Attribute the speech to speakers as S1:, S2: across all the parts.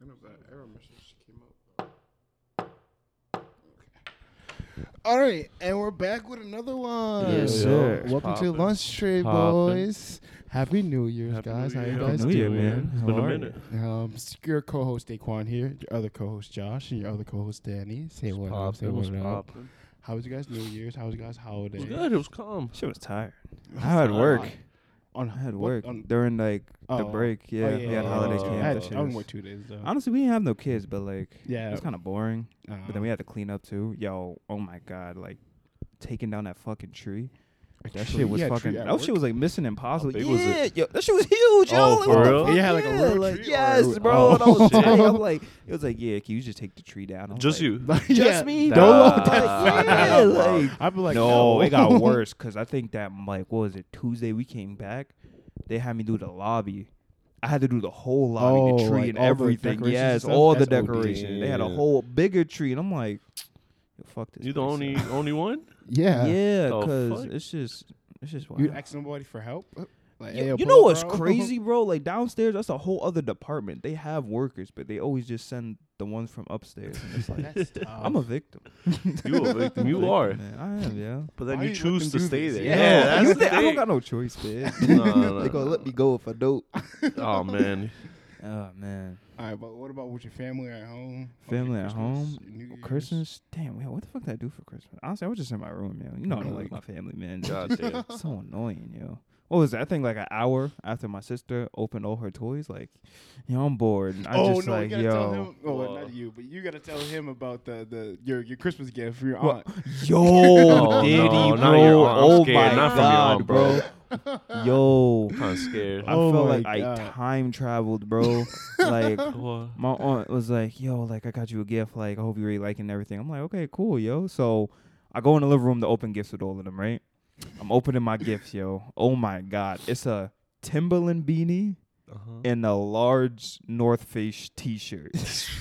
S1: open up that error message that came up. All right, and we're back with another one.
S2: Yes,
S1: So,
S2: sir. It's
S1: Welcome to
S3: poppin'.
S1: Lunch Trade,
S3: Poppin'.
S1: boys. Happy New Year's, Happy
S2: New
S1: guys. How
S2: Year.
S1: you
S2: Happy
S1: guys
S2: New Year,
S1: doing?
S2: man.
S3: It's
S1: How
S3: been a
S1: are you?
S3: minute.
S1: Um, s- your co-host Daquan here, your other co-host Josh, and your other co-host Danny. Say what up. Say
S3: It was
S1: what up.
S3: popping.
S1: How was you guys New Year's? How was you guys holiday?
S3: It was good. It was calm.
S2: She was tired. I had work.
S1: On
S2: I had
S1: what-
S2: work
S1: on-
S2: during like the
S1: Oh.
S2: break. Yeah,
S1: oh,
S2: we had
S3: yeah,
S2: holiday
S3: yeah.
S2: camp.
S1: I had
S2: and shit
S1: I only
S2: was-
S1: worked two days though.
S2: Honestly, we didn't have no kids, but like,
S1: yeah,
S2: it's kind of boring.
S1: uh,
S2: But then we had to clean up too. Yo, oh my god, like taking down that fucking tree. That
S1: tree?
S2: shit was
S1: You had a
S2: fucking.
S1: tree at
S2: That shit
S1: work?
S2: was like Mission Impossible.
S3: big
S2: yeah,
S3: was it?
S2: yo, that shit was huge, yo.
S3: Oh,
S2: like,
S3: for
S2: what the
S3: real?
S2: fuck?
S1: You had, like, a
S2: Yeah,
S1: real
S2: like,
S1: tree or-
S2: Yes, bro.
S3: Oh,
S2: and I was
S3: shit.
S2: like, I'm like, it was like, yeah, can you just take the tree down? I was
S3: Just
S2: like,
S3: you.
S2: Just me.
S3: Dolo,
S2: Like,
S3: that's-
S2: yeah, like,
S1: I'd be like,
S2: no, it got worse because I think that like what was it Tuesday we came back, they had me do the lobby. I had to do the whole lobby,
S1: Oh,
S2: the tree
S1: like
S2: and
S1: all the
S2: everything.
S1: decorations and
S2: yes,
S1: stuff?
S2: all the
S1: That's OD.
S2: decorations. They had a
S3: Yeah.
S2: whole bigger tree, and I'm like, Yo, fuck this.
S3: You the
S2: place
S3: only
S2: sucks."
S3: only one?
S1: Yeah.
S2: Yeah,
S3: Oh,
S2: because
S3: fuck.
S2: it's just it's just wild.
S1: You ask somebody for help. Like,
S2: You-
S1: "Hey,
S2: you
S1: pull
S2: know
S1: up,
S2: what's
S1: bro."
S2: crazy, bro? Like downstairs, that's a whole other department. They have workers, but they always just send the ones from upstairs. And it's like
S1: That's tough.
S2: I'm a victim.
S3: You a victim. You are.
S2: Man, I am, yeah.
S3: But then
S1: Why
S3: you
S1: you let
S3: choose
S1: them
S3: to
S1: do
S3: stay
S1: this?
S3: there.
S1: Yeah,
S2: you
S3: that's the
S2: think I don't
S3: thing.
S2: got no choice, man.
S3: No, no,
S2: they gonna let me go if I don't.
S3: Oh man,
S2: Oh man,
S1: All right, but what about with your family at home? Fucking
S2: Family at
S1: Christmas,
S2: home,
S1: New Year's.
S2: Christmas. Damn, yo, what the fuck did I do for Christmas? Honestly, I was just in my room, yo. You know I don't like my family, man. It's
S3: God damn.
S2: just so annoying, yo. What was that? I think like an hour after my sister opened all her toys, like, yo, I'm bored. And I
S1: oh
S2: just
S1: no,
S2: like,
S1: you gotta
S2: yo,
S1: tell him. Oh, well,
S3: Whoa.
S1: not you, but you gotta tell him about the the your your Christmas gift for your
S2: Well,
S1: aunt.
S2: yo,
S3: Oh,
S2: Diddy, bro.
S3: no, not your arm. I'm
S2: oh
S3: scared.
S2: my
S3: Not from your
S2: god,
S3: arm,
S2: bro.
S3: bro.
S2: yo,
S3: I'm kind of scared.
S2: I
S1: Oh
S2: felt
S1: my
S2: like I
S1: God.
S2: time traveled, bro. like
S3: What?
S2: my aunt was like, "Yo, like I got you a gift. Like I hope you really liking everything." I'm like, "Okay, cool, yo." So I go in the living room to open gifts with all of them, right? I'm opening my gifts, yo. Oh my god, it's a Timberland beanie
S3: Uh-huh.
S2: and a large North Face T-shirt.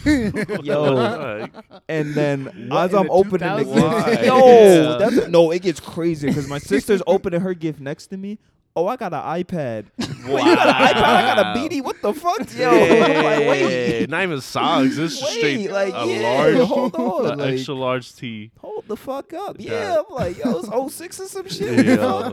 S3: Yo,
S2: and then
S1: What
S2: as
S1: in
S2: I'm
S1: the
S2: opening the
S1: 2000s?
S2: gift,
S3: Why?
S2: yo,
S3: Yeah.
S2: that's no, it gets crazy because my sister's opening her gift next to me. Oh, I got an iPad. Wait, you got an iPad? I got a BD. What the fuck, yo? I'm like, wait.
S3: Yeah, not even socks. It's just
S2: Wait,
S3: straight
S2: like,
S3: a
S2: yeah,
S3: large,
S2: hold on,
S3: a
S2: like-
S3: extra large tee.
S2: Hold the fuck up.
S3: That-
S2: Yeah, I'm like, yo, it's 06 or some shit.
S3: Yeah.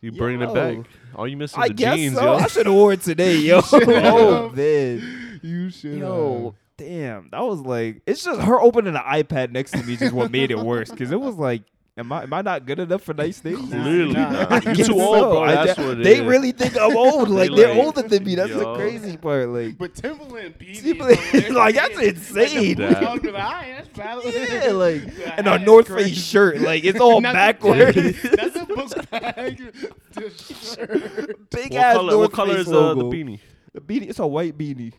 S3: You bring it
S2: Yo.
S3: back. All you missing
S2: I
S3: the
S2: guess
S3: jeans,
S2: so.
S3: yo.
S2: I should have wore it today, yo. oh, man.
S1: you should.
S2: Yo, damn. That was like, it's just her opening an iPad next to me is just what made it worse. Because it was like, am I, am I not good enough for nice things?
S3: Clearly
S1: Nah.
S3: not.
S2: I
S3: You
S2: guess
S3: too old,
S2: so.
S3: bro.
S2: I
S3: That's
S2: ju-
S3: what it
S2: they
S3: is.
S2: really think I'm old.
S3: They
S2: Like, they're
S3: like,
S2: older than me. That's the
S3: yo.
S2: crazy part. Like,
S1: But Timberland beanie.
S2: people-
S1: is
S2: like that's
S1: Like,
S2: insane.
S1: the
S3: That-
S1: boots under the eye, that's valid.
S2: Yeah, like,
S1: The
S2: and a
S1: hat,
S2: North
S1: crazy.
S2: Face shirt. Like, it's all
S1: Not the
S2: Oh, backwards.
S1: jacket, That's a book bag. The shirt.
S2: Big
S3: What
S2: ass
S3: color,
S2: North
S3: what color
S2: Face
S3: is uh, the
S2: logo.
S3: beanie?
S2: The beanie. It's a white beanie.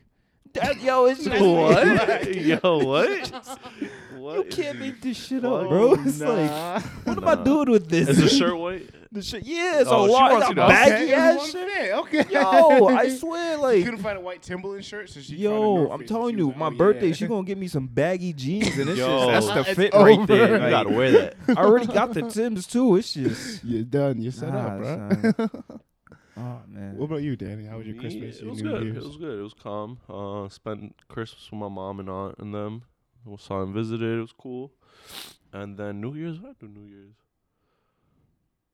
S2: That, yo, it's just
S3: What? Yo, what? what?
S2: You
S3: is
S2: can't
S3: this?
S2: make this shit
S3: Whoa,
S2: up, bro. It's like, what am I
S3: Nah.
S2: doing with this?
S3: Is the shirt white?
S2: The shirt. Yeah, it's
S3: Oh,
S2: a
S3: she
S2: lot.
S3: wants
S2: It's a
S3: you to-
S2: baggy
S1: Okay, it
S2: ass
S1: was one
S2: shit.
S1: fit, Okay.
S2: Yo, I swear,
S1: She
S2: like,
S1: couldn't find a white Timberland shirt, so she. found a
S2: Yo,
S1: North
S2: I'm
S1: Face,
S2: telling
S1: and
S2: you,
S1: she was like,
S2: my
S1: "Oh,
S2: birthday,
S1: yeah."
S2: she gonna get me some baggy jeans, and it's
S3: Yo.
S2: just that's the
S1: It's
S2: fit right
S1: over.
S2: there.
S3: You
S2: like,
S3: gotta wear that.
S2: I already got the Tims too. It's just
S1: You're done. You're set up, bro.
S2: Nah, son. Oh man,
S1: What about you, Danny? How was your
S3: Me,
S1: Christmas?
S3: It
S1: your
S3: was
S1: New
S3: good.
S1: Year's?
S3: It was good. It was calm. Uh, spent Christmas with my mom and aunt and them. We saw and visited. It was cool. And then New Year's, what did I do New Year's?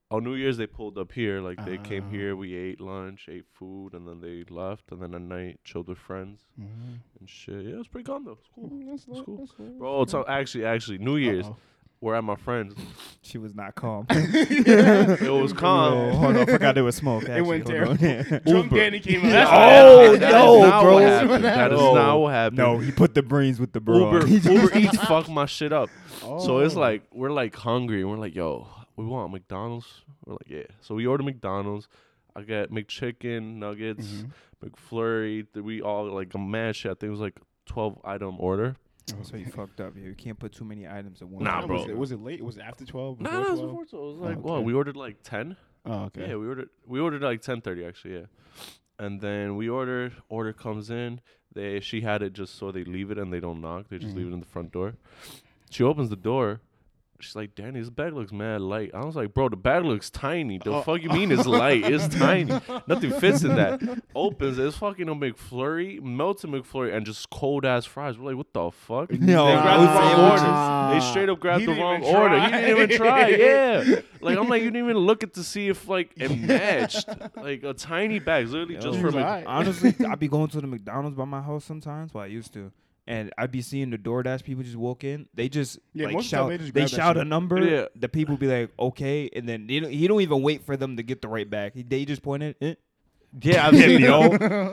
S3: Oh, New Year's they pulled up here. Like they came
S1: Ah.
S3: here. We ate lunch, ate food, and then they left. And then at night, chilled with friends
S1: Mhm.
S3: and shit. Yeah, it was pretty calm though. It was cool.
S1: Mm, That's
S3: It's
S1: lit,
S3: cool.
S1: that's lit.
S3: Bro, so actually, actually, New Year's,
S1: Uh-oh.
S3: we're at my friend's.
S2: she was not calm.
S3: It was calm.
S2: Oh, hold on, I forgot there was smoke. Actually.
S1: went
S2: Hold on.
S1: Drunk
S3: Uber.
S1: Danny came
S2: Yeah.
S1: out.
S2: Oh,
S3: That is
S2: no,
S3: not
S2: bro.
S3: What happened. That is
S2: No.
S3: not what happened.
S2: no, he put the brains with the bro.
S3: Uber, Uber Eats fucked my shit up.
S1: Oh.
S3: So it's like we're like hungry. and We're like, yo, we want McDonald's. We're like, yeah. So we order McDonald's. I got McChicken, nuggets, Mm-hmm. McFlurry. Th- We all like a mad shit. I think it was like twelve item order.
S2: so you fucked up. Yo. You can't put too many items in one.
S3: Nah,
S1: What
S3: bro.
S1: Was it, was it late? Was it after twelve?
S3: Nah,
S1: Before
S3: nah, it was
S1: 12?
S3: before so it was like,
S1: Oh,
S3: whoa,
S1: okay.
S3: we ordered like ten.
S1: Oh, okay.
S3: Yeah, we ordered we ordered like ten thirty actually, yeah. And then we ordered, order comes in, they she
S4: Mm-hmm.
S3: had it just so they leave it and they don't knock, they just leave it in the front door. She opens the door She's like, Danny, this bag looks mad light. I was like, bro, the bag looks tiny.
S4: Oh.
S3: The fuck you mean it's light? It's tiny. Nothing fits in that. Opens it. It's fucking a McFlurry, melted McFlurry, and just cold ass fries. We're like, what the fuck?
S2: No,
S3: they grabbed the wrong
S2: sandwiches.
S3: order. They straight up grabbed
S4: He
S3: the
S4: didn't
S3: wrong
S4: even
S3: order. He
S4: try.
S3: didn't even try. Yeah. Like I'm like, you didn't even look at to see if like it matched. Like a tiny bag, it's literally just
S2: Yo.
S3: for
S1: He's
S3: Mc-
S1: like, "Aight."
S2: Honestly, I'd be going to the McDonald's by my house sometimes. Well, I used to. And I'd be seeing the DoorDash people just walk in. They just
S1: Yeah,
S2: like
S1: most of the time they
S2: shout. They,
S1: just grab that
S2: shout
S1: shit.
S2: a number.
S3: Yeah.
S2: The people be like, okay, and then they don't, he don't even wait for them to get the right back. He, they just pointed. Eh. Yeah, I've seen yo.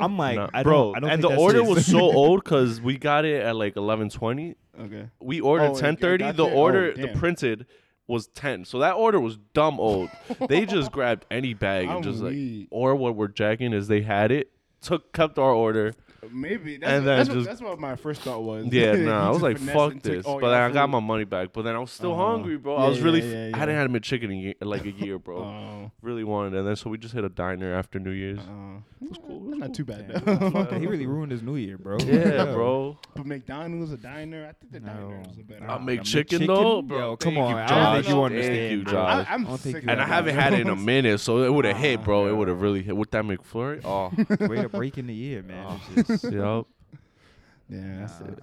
S2: I'm like,
S3: Nah,
S2: I don't,
S3: bro,
S2: I don't think
S3: and the
S2: that's
S3: order
S2: his.
S3: was so old because we got it at like 11:20.
S1: Okay.
S3: We ordered
S1: Oh, it
S3: 10:30.
S1: got
S3: The
S1: there? Oh,
S3: order, the
S1: damn.
S3: printed was 10. So that order was dumb old. they just grabbed any bag
S1: I'm
S3: and just like,
S1: weak.
S3: or what we're jacking is they had it, took kept our order.
S1: Maybe that's,
S3: And
S1: what, that's,
S3: then
S1: what,
S3: just-
S1: that's what my first thought was.
S3: Yeah,
S1: He
S3: nah. I
S1: just
S3: was like,
S1: finessed
S3: fuck
S1: and took
S3: this.
S1: all
S3: But
S1: your
S3: then I got
S1: food.
S3: my money back. But then I was still
S1: Uh-huh.
S3: hungry, bro.
S1: Yeah,
S3: I was really.
S1: yeah, yeah,
S3: f- I
S1: yeah.
S3: didn't have McChicken in ye- like a year, bro.
S1: Oh,
S3: Really wanted, and then so we just hit a diner after New Year's.
S2: Uh-uh.
S1: oh.
S3: was cool, it
S1: That's
S3: was
S1: not
S3: cool.
S1: too bad.
S2: Damn,
S1: though.
S2: fuck that. He really ruined his new year, bro.
S3: Yeah, bro.
S1: But McDonald's, a diner. I think the diner
S2: No.
S1: is a better.
S3: I'll
S1: option.
S3: make
S2: The
S3: chicken
S2: McChicken?
S3: though, bro.
S2: Yo, come
S3: Thank
S2: on,
S3: you,
S2: I
S1: don't
S3: Josh.
S1: think you
S3: Thank you,
S2: understand.
S3: Josh.
S1: I, I'm
S2: Don't think
S1: sick
S2: you
S1: of
S3: and I
S2: Yeah,
S3: haven't
S1: McDonald's.
S3: had it in a minute, so it would have hit,
S2: Ah,
S3: bro. It
S2: yeah.
S3: would have really hit with that McFlurry. Oh,
S2: Way to break in the year, man.
S3: Oh.
S2: It's just-
S3: yep.
S1: Yeah, that's
S2: Nah.
S1: it.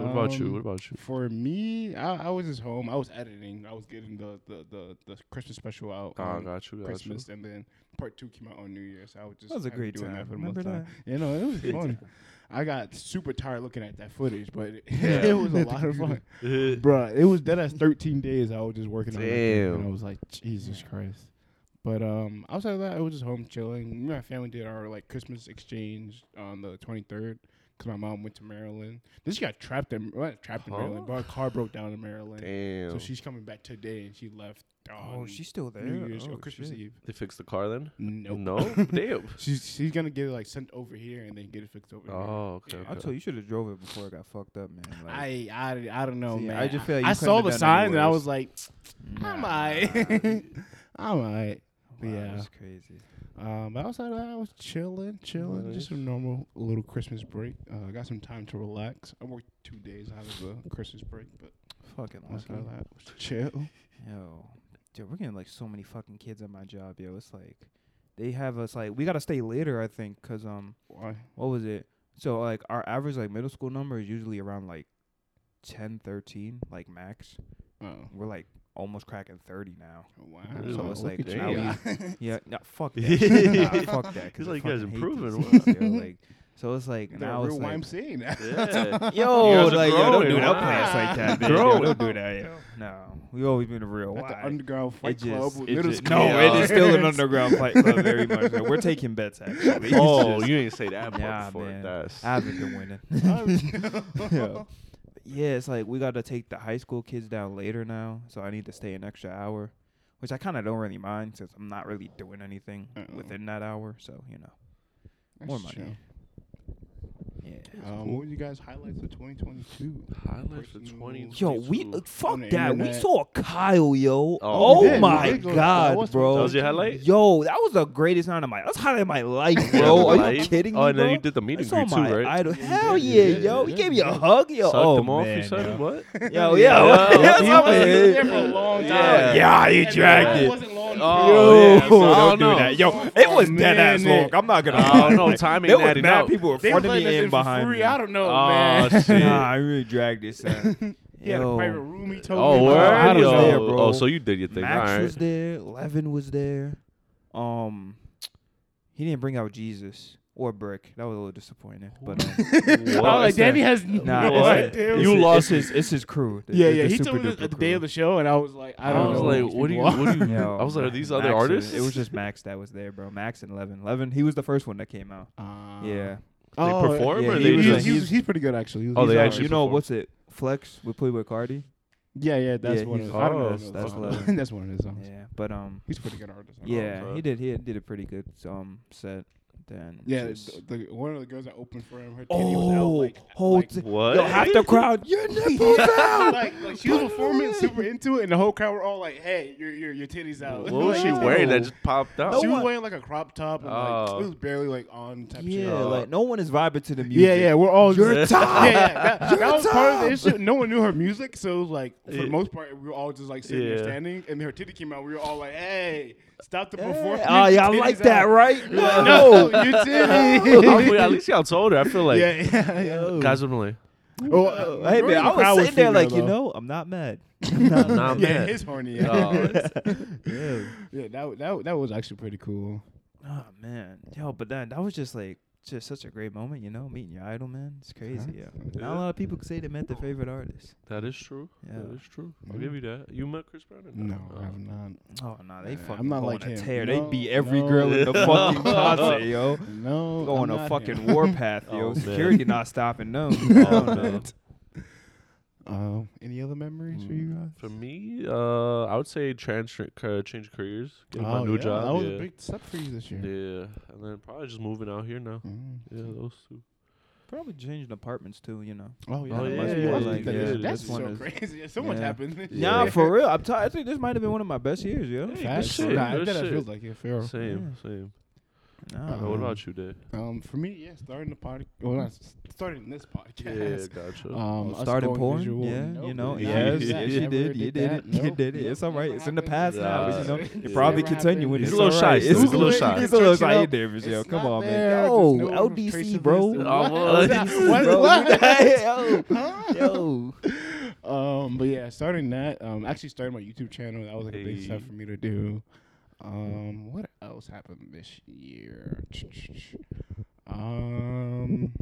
S3: What about you?
S1: Um,
S3: What about you?
S1: For me, I, I was just home. I was editing. I was getting the the the, the Christmas special out.
S3: Ah,
S1: on
S3: got you, got
S1: Christmas, and then part two came out on New Year's. So I was just
S2: That was a
S1: I
S2: great
S1: doing
S2: time.
S1: that for the
S2: Remember
S1: most time. You know, it was fun. I got super tired looking at that footage, but it,
S3: Yeah.
S1: was a lot of fun,
S3: you.
S1: Bruh, It was dead as 13 days. I was just working on it, and
S3: Damn.
S1: I was like, Jesus Christ. But um, outside of that, I was just home chilling. Me and my family did our like Christmas exchange on the 23rd because my mom went to Maryland. Then she got trapped in well, not trapped in
S3: Huh?
S1: Maryland, but her car broke down in Maryland.
S3: Damn.
S1: So she's coming back today, and she left.
S2: Oh,
S1: on
S2: she's still there.
S1: New Year's
S2: oh,
S1: or Christmas
S2: shit.
S1: Eve.
S3: they fixed the car then?
S1: Nope.
S3: No. Damn.
S1: She's she's gonna get it like sent over here and then get it fixed over here.
S3: Oh, okay.
S1: Yeah.
S2: I told you, you should have drove it before it got fucked up, man. Like,
S1: I, I I don't know,
S2: See,
S1: man.
S2: I just feel like you
S1: I
S2: couldn't
S1: saw
S2: have
S1: the
S2: done
S1: sign
S2: any
S1: and I
S2: worse.
S1: was like, I'm
S2: nah.
S1: alright. I'm alright.
S2: Wow,
S1: Yeah.
S2: that's crazy.
S1: Um, but outside of that, I was chilling, chilling, just a
S3: Nice.
S1: normal little Christmas break. Uh, I got some time to relax. I worked two days out of the Christmas break, but
S2: Fucking lucky.
S1: outside of that, was chill.
S2: Yo, dude, we're getting like so many fucking kids at my job, yo. It's like they have us like we gotta stay later, I think, cause um,
S1: Why?
S2: what was it? So like our average like middle school number is usually around like 10, 13, like max.
S1: Oh,
S2: We're like almost cracking thirty now.
S1: wow.
S3: So
S2: it's
S1: Look
S2: like,
S1: at you
S3: now we-
S1: guys.
S2: Yeah, nah, fuck that. nah, fuck that. 'cause
S3: He's
S2: I
S3: like, you guys
S2: fucking hate
S3: improving,
S2: these kids, yo, like, so it's like
S1: That
S2: now
S1: real
S2: it's like,
S1: YMCA now.
S3: Yeah.
S2: Yo,
S3: You guys are
S2: like, yo, don't
S3: growing.
S2: do that
S3: Wow.
S2: plans like that, man.
S3: Growing.
S2: Yo, don't do that, yo. No, we always been a real.
S1: That's the
S2: Why?
S1: underground
S2: It
S1: fight club.
S2: just-
S1: with
S3: it
S1: middle
S3: just-
S1: school.
S2: No, it is still an
S1: kids.
S2: underground fight club. Very much. so. We're taking bets. Actually. It's
S3: Oh,
S2: just-
S3: you ain't say that part
S2: Nah,
S3: before.
S2: man.
S3: That's
S2: I haven't been winning. yeah. yeah, it's like we got to take the high school kids down later now, so I need to stay an extra hour, which I kind of don't really mind since I'm not really doing anything
S1: Uh-uh.
S2: within that hour. So you know,
S1: That's
S2: more money.
S1: chill.
S2: yeah.
S1: Um, what were you guys highlights of 2022?
S3: highlights of
S1: Personal-
S3: 20.
S2: Yo, we uh,
S1: On
S2: fuck
S1: the
S2: that. We
S1: internet.
S2: saw Kyle, yo.
S3: Oh,
S2: Oh,
S3: we did.
S2: my
S1: We did go- that
S2: god,
S1: was
S2: bro.
S3: That was your highlight?
S2: Yo, that was the greatest night of my. That's highlight of my life,
S3: Yeah,
S2: bro. Are you
S3: life.
S2: kidding me,
S3: Oh, and
S2: bro?
S3: then you did the meet
S2: I
S3: and
S2: saw
S3: greet too,
S2: my
S3: right?
S2: idol.
S1: Yeah, you
S2: Hell
S1: did,
S2: yeah,
S1: yeah,
S2: yo.
S1: yeah,
S2: He gave me
S1: yeah.
S2: a hug, yo.
S3: Sucked
S2: oh
S3: him off,
S2: man,
S3: you said?
S2: yo.
S3: What?
S2: Yo, yo,
S3: Yeah.
S2: yo, that's
S1: He
S2: how
S1: was
S2: it
S1: there
S2: is.
S1: for a long time.
S3: Yeah.
S2: Yeah, he dragged
S1: It
S2: it.
S1: wasn't long.
S3: Oh,
S2: yo,
S3: yeah, so I
S2: don't
S3: don't
S2: do
S3: know. Oh,
S2: that. Yo, it was dead ass long.
S1: Minute.
S2: I'm not gonna.
S3: I
S2: lie.
S3: don't know.
S2: Like,
S3: Time ain't
S2: There was
S3: adding
S2: mad
S3: up.
S2: people in
S1: They
S2: front
S1: was
S2: of
S1: letting us
S2: me
S1: in
S2: and
S1: for
S2: behind
S1: free.
S2: me.
S1: I don't know,
S3: Aw,
S1: man.
S3: shit.
S2: Nah, I really dragged this. son.
S1: He had a
S2: Yo.
S1: private room. He told
S3: Oh,
S1: me.
S2: word?
S1: about.
S3: where?
S2: I was
S3: Yo.
S2: there, bro.
S3: Oh, so you did your thing.
S2: Max
S3: All
S2: was
S3: right.
S2: there. Levin was there. Um, he didn't bring out Jesus or Brick. That was a little disappointing. But
S1: I
S2: um,
S3: What?
S1: was like,
S2: It's the-
S1: Danny has
S2: nah,
S1: no
S3: What?
S2: it's the-
S1: idea.
S2: it's
S3: You
S2: the-
S3: lost
S2: it's his. It's his crew. The-
S1: Yeah,
S2: it's
S1: yeah.
S2: the
S1: He
S2: super
S1: told me this
S2: duper
S1: at the day
S2: crew.
S1: of the show, and I was like, I
S3: I,
S1: don't
S3: was
S1: know.
S3: like,
S1: who these
S3: what do you?
S1: people
S3: What do you?
S2: Yo,
S3: I was like, are
S2: Max-
S3: these other
S2: Max was-
S3: artists?
S2: It was just Max that was there, bro. Max and Levin. Levin, he was the first one that came out.
S1: are.
S2: yeah.
S1: Oh,
S3: perform
S2: or
S1: he
S2: they
S1: was-
S2: just-
S1: he was- He's pretty good actually. He was-
S3: Oh,
S1: he's
S3: they
S1: alright.
S3: actually
S2: You know
S3: performed.
S2: what's it? Flex with Playboy Cardi.
S1: Yeah, yeah. That's
S2: Yeah,
S1: one.
S2: he's-
S1: of- I don't
S3: oh,
S1: know.
S3: that's-
S1: That's
S2: that's
S1: one- that's one of his songs.
S2: Yeah, but um,
S1: He's a pretty good artist. I don't know.
S2: yeah,
S3: okay.
S2: he did. He did a pretty good um set. then
S1: Yeah,
S2: just-
S1: the, the, one of the girls that opened for him, her titty was out,
S2: oh,
S1: like,
S2: whole
S1: like-
S2: t-
S3: What?
S2: Yo, half the crowd. Your nipples out.
S1: like, like she was performing super into it, and the whole crowd were all like, "Hey, your your your titties out."
S3: What was she
S1: Like,
S3: wearing that
S2: No.
S3: just popped out?
S2: No
S1: she was
S2: one-
S1: wearing like a crop top, and
S3: Oh.
S1: like it was barely like on type shit.
S2: yeah,
S3: Uh,
S2: like no one is vibing to the music.
S1: yeah, yeah, we're all
S2: Your
S1: just-
S2: top.
S1: Yeah, yeah, that,
S2: Your
S1: that was part of the
S2: top.
S1: issue. No one knew her music, so it was like for
S3: Yeah.
S1: the most part, we were all just like sitting
S3: Yeah.
S1: there standing, and her titty came out. We were all like, "Hey, stop the
S2: Yeah.
S1: performance!"
S2: Oh,
S1: your
S2: yeah, I
S1: titties
S2: like that,
S1: out."
S2: right?
S1: You're like, No, you
S3: I mean,
S1: did.
S3: Oh, at least y'all told her. I feel like
S1: yeah, yeah, yeah.
S2: Yo.
S3: guys would be like,
S1: Well,
S2: Oh,
S1: uh,
S2: hey
S1: majority
S2: man,
S1: of
S2: I
S1: the crowd
S2: was sitting there
S1: female,
S2: like, you
S1: though.
S2: know, I'm not mad. I'm not
S3: nah,
S2: mad.
S1: yeah,
S3: man.
S1: his horny. Yeah,
S3: Oh, it's-
S2: Yeah.
S1: yeah that, wa- that wa- that was actually pretty cool.
S2: Oh man, yo, but then that was just like just such a great moment, you know, meeting your idol, man. It's crazy, yeah. Not a lot of people could say they met their favorite artist.
S3: that is true. That
S2: Yeah.
S3: is true. I'll give you that. You met Chris Brown? or Uh,
S1: No,
S3: not?
S1: I have not.
S2: Oh no, they
S1: Yeah,
S2: fucking
S1: I'm not
S2: go
S1: like
S2: on a
S1: him.
S2: tear.
S1: No,
S2: they beat every
S1: no.
S2: girl in the fucking concert, yo.
S1: No,
S2: Go on
S1: I'm
S2: a
S1: not
S2: fucking
S1: him.
S2: warpath, yo.
S3: Oh, man.
S2: Security not stopping them.
S3: Oh, no.
S1: Um, any other memories for you guys?
S3: For me, uh, I would say transfer, uh, change careers, get my new
S1: Oh, yeah,
S3: job.
S1: That was
S3: yeah.
S1: a big step for you this year.
S3: yeah, and then probably just moving out here now.
S1: Mm.
S3: Yeah, those two.
S2: Probably changing apartments too, you know.
S1: Oh yeah,
S3: Oh,
S1: that
S3: yeah,
S1: must be
S3: yeah,
S1: why you
S3: yeah,
S1: did that.
S3: yeah,
S1: That's-
S3: yeah.
S1: that's
S2: This one
S1: so
S2: is-
S1: crazy. So much
S2: yeah.
S1: happened.
S3: Yeah.
S2: Nah, for real. I'm t- I think this might have been one of my best years, yo.
S3: Hey,
S1: Facts.
S3: shit,
S1: Nah, I
S3: good
S1: bet that
S3: shit.
S1: feels like it. Fair.
S3: Same, same.
S2: Nah,
S1: Uh,
S3: Uh, what
S1: Um,
S3: about you, Dave?
S1: Um, for me, yeah, starting the podcast. Well, not s- starting this
S3: Yeah,
S1: podcast.
S3: gotcha.
S1: Um, us
S2: started
S1: going
S2: porn,
S1: visual.
S2: yeah,
S1: Nope,
S2: you know,
S1: did not
S2: yes,
S1: do that.
S2: yes, you
S1: Never
S2: did, you did it,
S1: that.
S2: you
S1: Nope,
S2: did it.
S1: nope,
S2: It's all right.
S1: never
S2: It's in the past
S1: happened.
S2: now, but you know,
S3: Nah,
S2: it
S1: It's
S2: probably
S1: never
S2: continuing.
S1: happened.
S3: He's
S2: It's
S3: a little
S2: all
S3: shy
S2: right.
S3: still.
S2: It's
S3: He's a little
S2: good.
S3: shy.
S2: He's a little
S1: It's
S2: shy.
S1: not
S2: Davis, yo,
S1: there.
S2: come on,
S1: There's
S2: man. Yo,
S1: no trace
S2: LDC,
S1: of
S2: bro.
S1: this.
S3: Almost.
S1: What? What?
S2: Yo, yo.
S1: Um, but yeah, starting that. Um, actually starting my YouTube channel. That was like a big step
S3: Hey.
S1: for me to do. Um, what else happened this year? Um,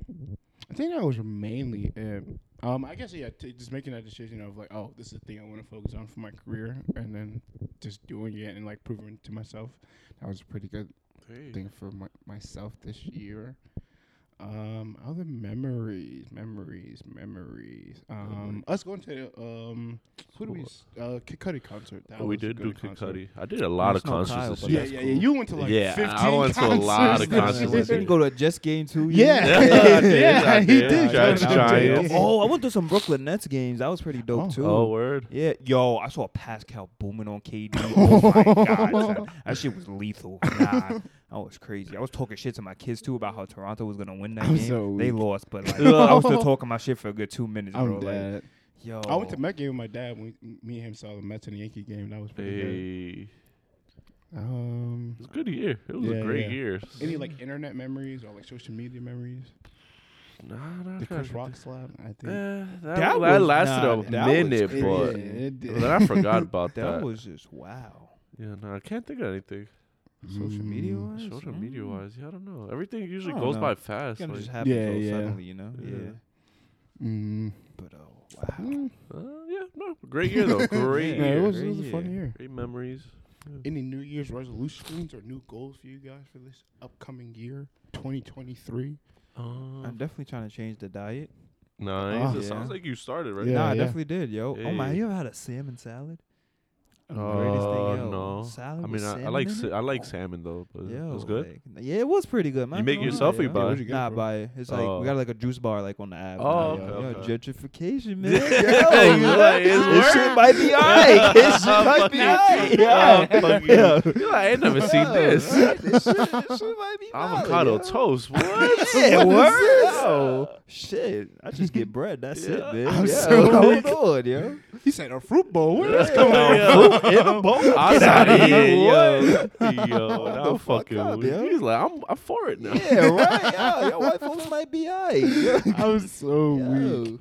S1: I think that was mainly it. Um, I guess yeah, t- just making that decision of like, oh, this is the thing I want to focus on for my career, and then just doing it and like proving to myself. That was a pretty good
S3: Hey.
S1: thing for my, myself this year. Um, other memories, memories, memories. Um, us going to the, um, who do we s- uh Kid Cudi concert? That
S3: Oh, we
S1: was a
S3: did
S1: good
S3: do Kid
S1: concert.
S3: Cudi. I did a lot of
S2: There's no
S3: concerts
S2: Kyle,
S3: this
S2: but
S1: Yeah,
S3: year.
S2: that's
S1: yeah,
S2: cool.
S1: yeah. You went to like
S3: Yeah, I
S1: 15
S3: went to a
S1: concerts
S3: lot of
S1: this
S3: concerts
S1: year.
S3: this year.
S2: Didn't go to a Jets game too.
S1: Yeah,
S3: Yeah,
S1: yeah,
S3: I did, I
S1: he
S3: did.
S1: did.
S3: Jets,
S1: go to a
S3: Giants.
S1: Jets.
S2: Oh, I went to some Brooklyn Nets games. That was pretty dope
S1: Oh.
S2: too.
S3: Oh, word.
S2: Yeah, yo, I saw Pascal booming on KD. Oh my god, son. that shit was lethal. Nah, that was crazy. I was talking shit to my kids too about how Toronto was gonna win that
S1: I'm
S2: game.
S1: so
S2: they
S1: weak.
S2: lost, but like, I was still talking my shit for a good two minutes,
S1: I'm
S2: bro. Like, oh.
S1: dead.
S2: yo,
S1: I went to Met game with my dad when we- me and him saw the Mets and the Yankee game. That was pretty good.
S3: Hey,
S1: Um,
S3: it was a good year. It was a
S1: Yeah,
S3: great
S1: yeah.
S3: year.
S1: any like internet memories or like social media memories?
S3: Nah, nah,
S1: The
S3: nah.
S1: Chris Rock slap, I think.
S3: Eh, that,
S2: That
S3: that
S2: was-
S3: lasted
S2: nah,
S3: a
S2: that was
S3: minute,
S2: crazy.
S3: but
S2: Yeah,
S1: it did.
S3: but then I forgot about
S2: That
S3: that.
S2: was just wow.
S3: yeah, no, I can't think of anything.
S1: Mm-hmm.
S2: Social media wise,
S3: Social media
S2: Mm.
S3: wise, yeah, I don't know. Everything usually
S2: I don't
S3: goes
S2: know.
S3: by fast.
S2: Kinda
S3: like,
S2: just happened
S1: Yeah,
S2: so
S1: yeah.
S2: suddenly, you know.
S3: Yeah.
S2: Yeah,
S1: Mm.
S2: but oh wow.
S1: Mm.
S3: uh, yeah, no, great year though. Great
S2: Yeah,
S1: Yeah,
S3: year.
S1: it was, it
S2: Great
S1: was a fun
S2: year.
S1: year.
S3: Great memories. Yeah.
S1: Any New Year's resolutions or new goals for you guys for this upcoming year, 2023?
S2: I'm
S3: Um,
S2: definitely trying to change the diet.
S3: nice.
S1: Oh,
S3: it
S2: Oh. yeah.
S3: sounds like you started right.
S1: Yeah,
S2: nah, I
S1: yeah.
S2: definitely did, yo. Oh my,
S3: Hey.
S2: you ever had a salmon salad?
S1: Oh,
S3: Uh,
S2: thing, yo.
S3: no.
S2: Salad
S3: I
S2: with
S3: mean, I, I
S2: salmon
S3: like
S2: in
S3: sa-
S2: it?
S3: I like salmon though, but it was good.
S2: like, yeah, it was pretty good, man.
S3: make it
S2: Gonna lie,
S3: yourself, you
S2: yo.
S3: buy it? Yeah,
S1: what'd you get,
S2: Nah,
S1: bro?
S2: buy it. It's like
S3: Oh.
S2: we got like a juice bar like on the app.
S3: Oh,
S2: now, yo.
S3: okay,
S2: Yo,
S3: okay.
S2: gentrification, man. yo,
S3: You like, it's
S2: this
S3: work?
S2: shit might be alright. This shit might be alright. Yeah.
S3: Oh, fuck you.
S2: Yeah.
S3: You're like, I ain't never seen
S2: Yo,
S3: this.
S2: right? This shit, this shit might be valid,
S3: Avocado
S2: yo.
S3: toast. What?
S2: Yeah,
S1: What is
S2: what?
S1: this?
S2: Yo, shit. I just get bread. That's
S3: Yeah.
S2: it, man.
S1: I'm
S2: yeah,
S1: so
S2: hold
S1: weak.
S2: on, yo.
S1: He said a fruit bowl. Where is
S3: coming out in the bowl. I'm sorry,
S2: Get out of
S3: yeah, yo, yo,
S2: What
S3: that
S2: the fuck
S3: was fucking.
S2: up,
S3: weak.
S2: yo?
S3: He's like, I'm, I'm for it now.
S2: Yeah, right. Yo, your white folks might be alright.
S1: that? I was so weak.
S2: Yo.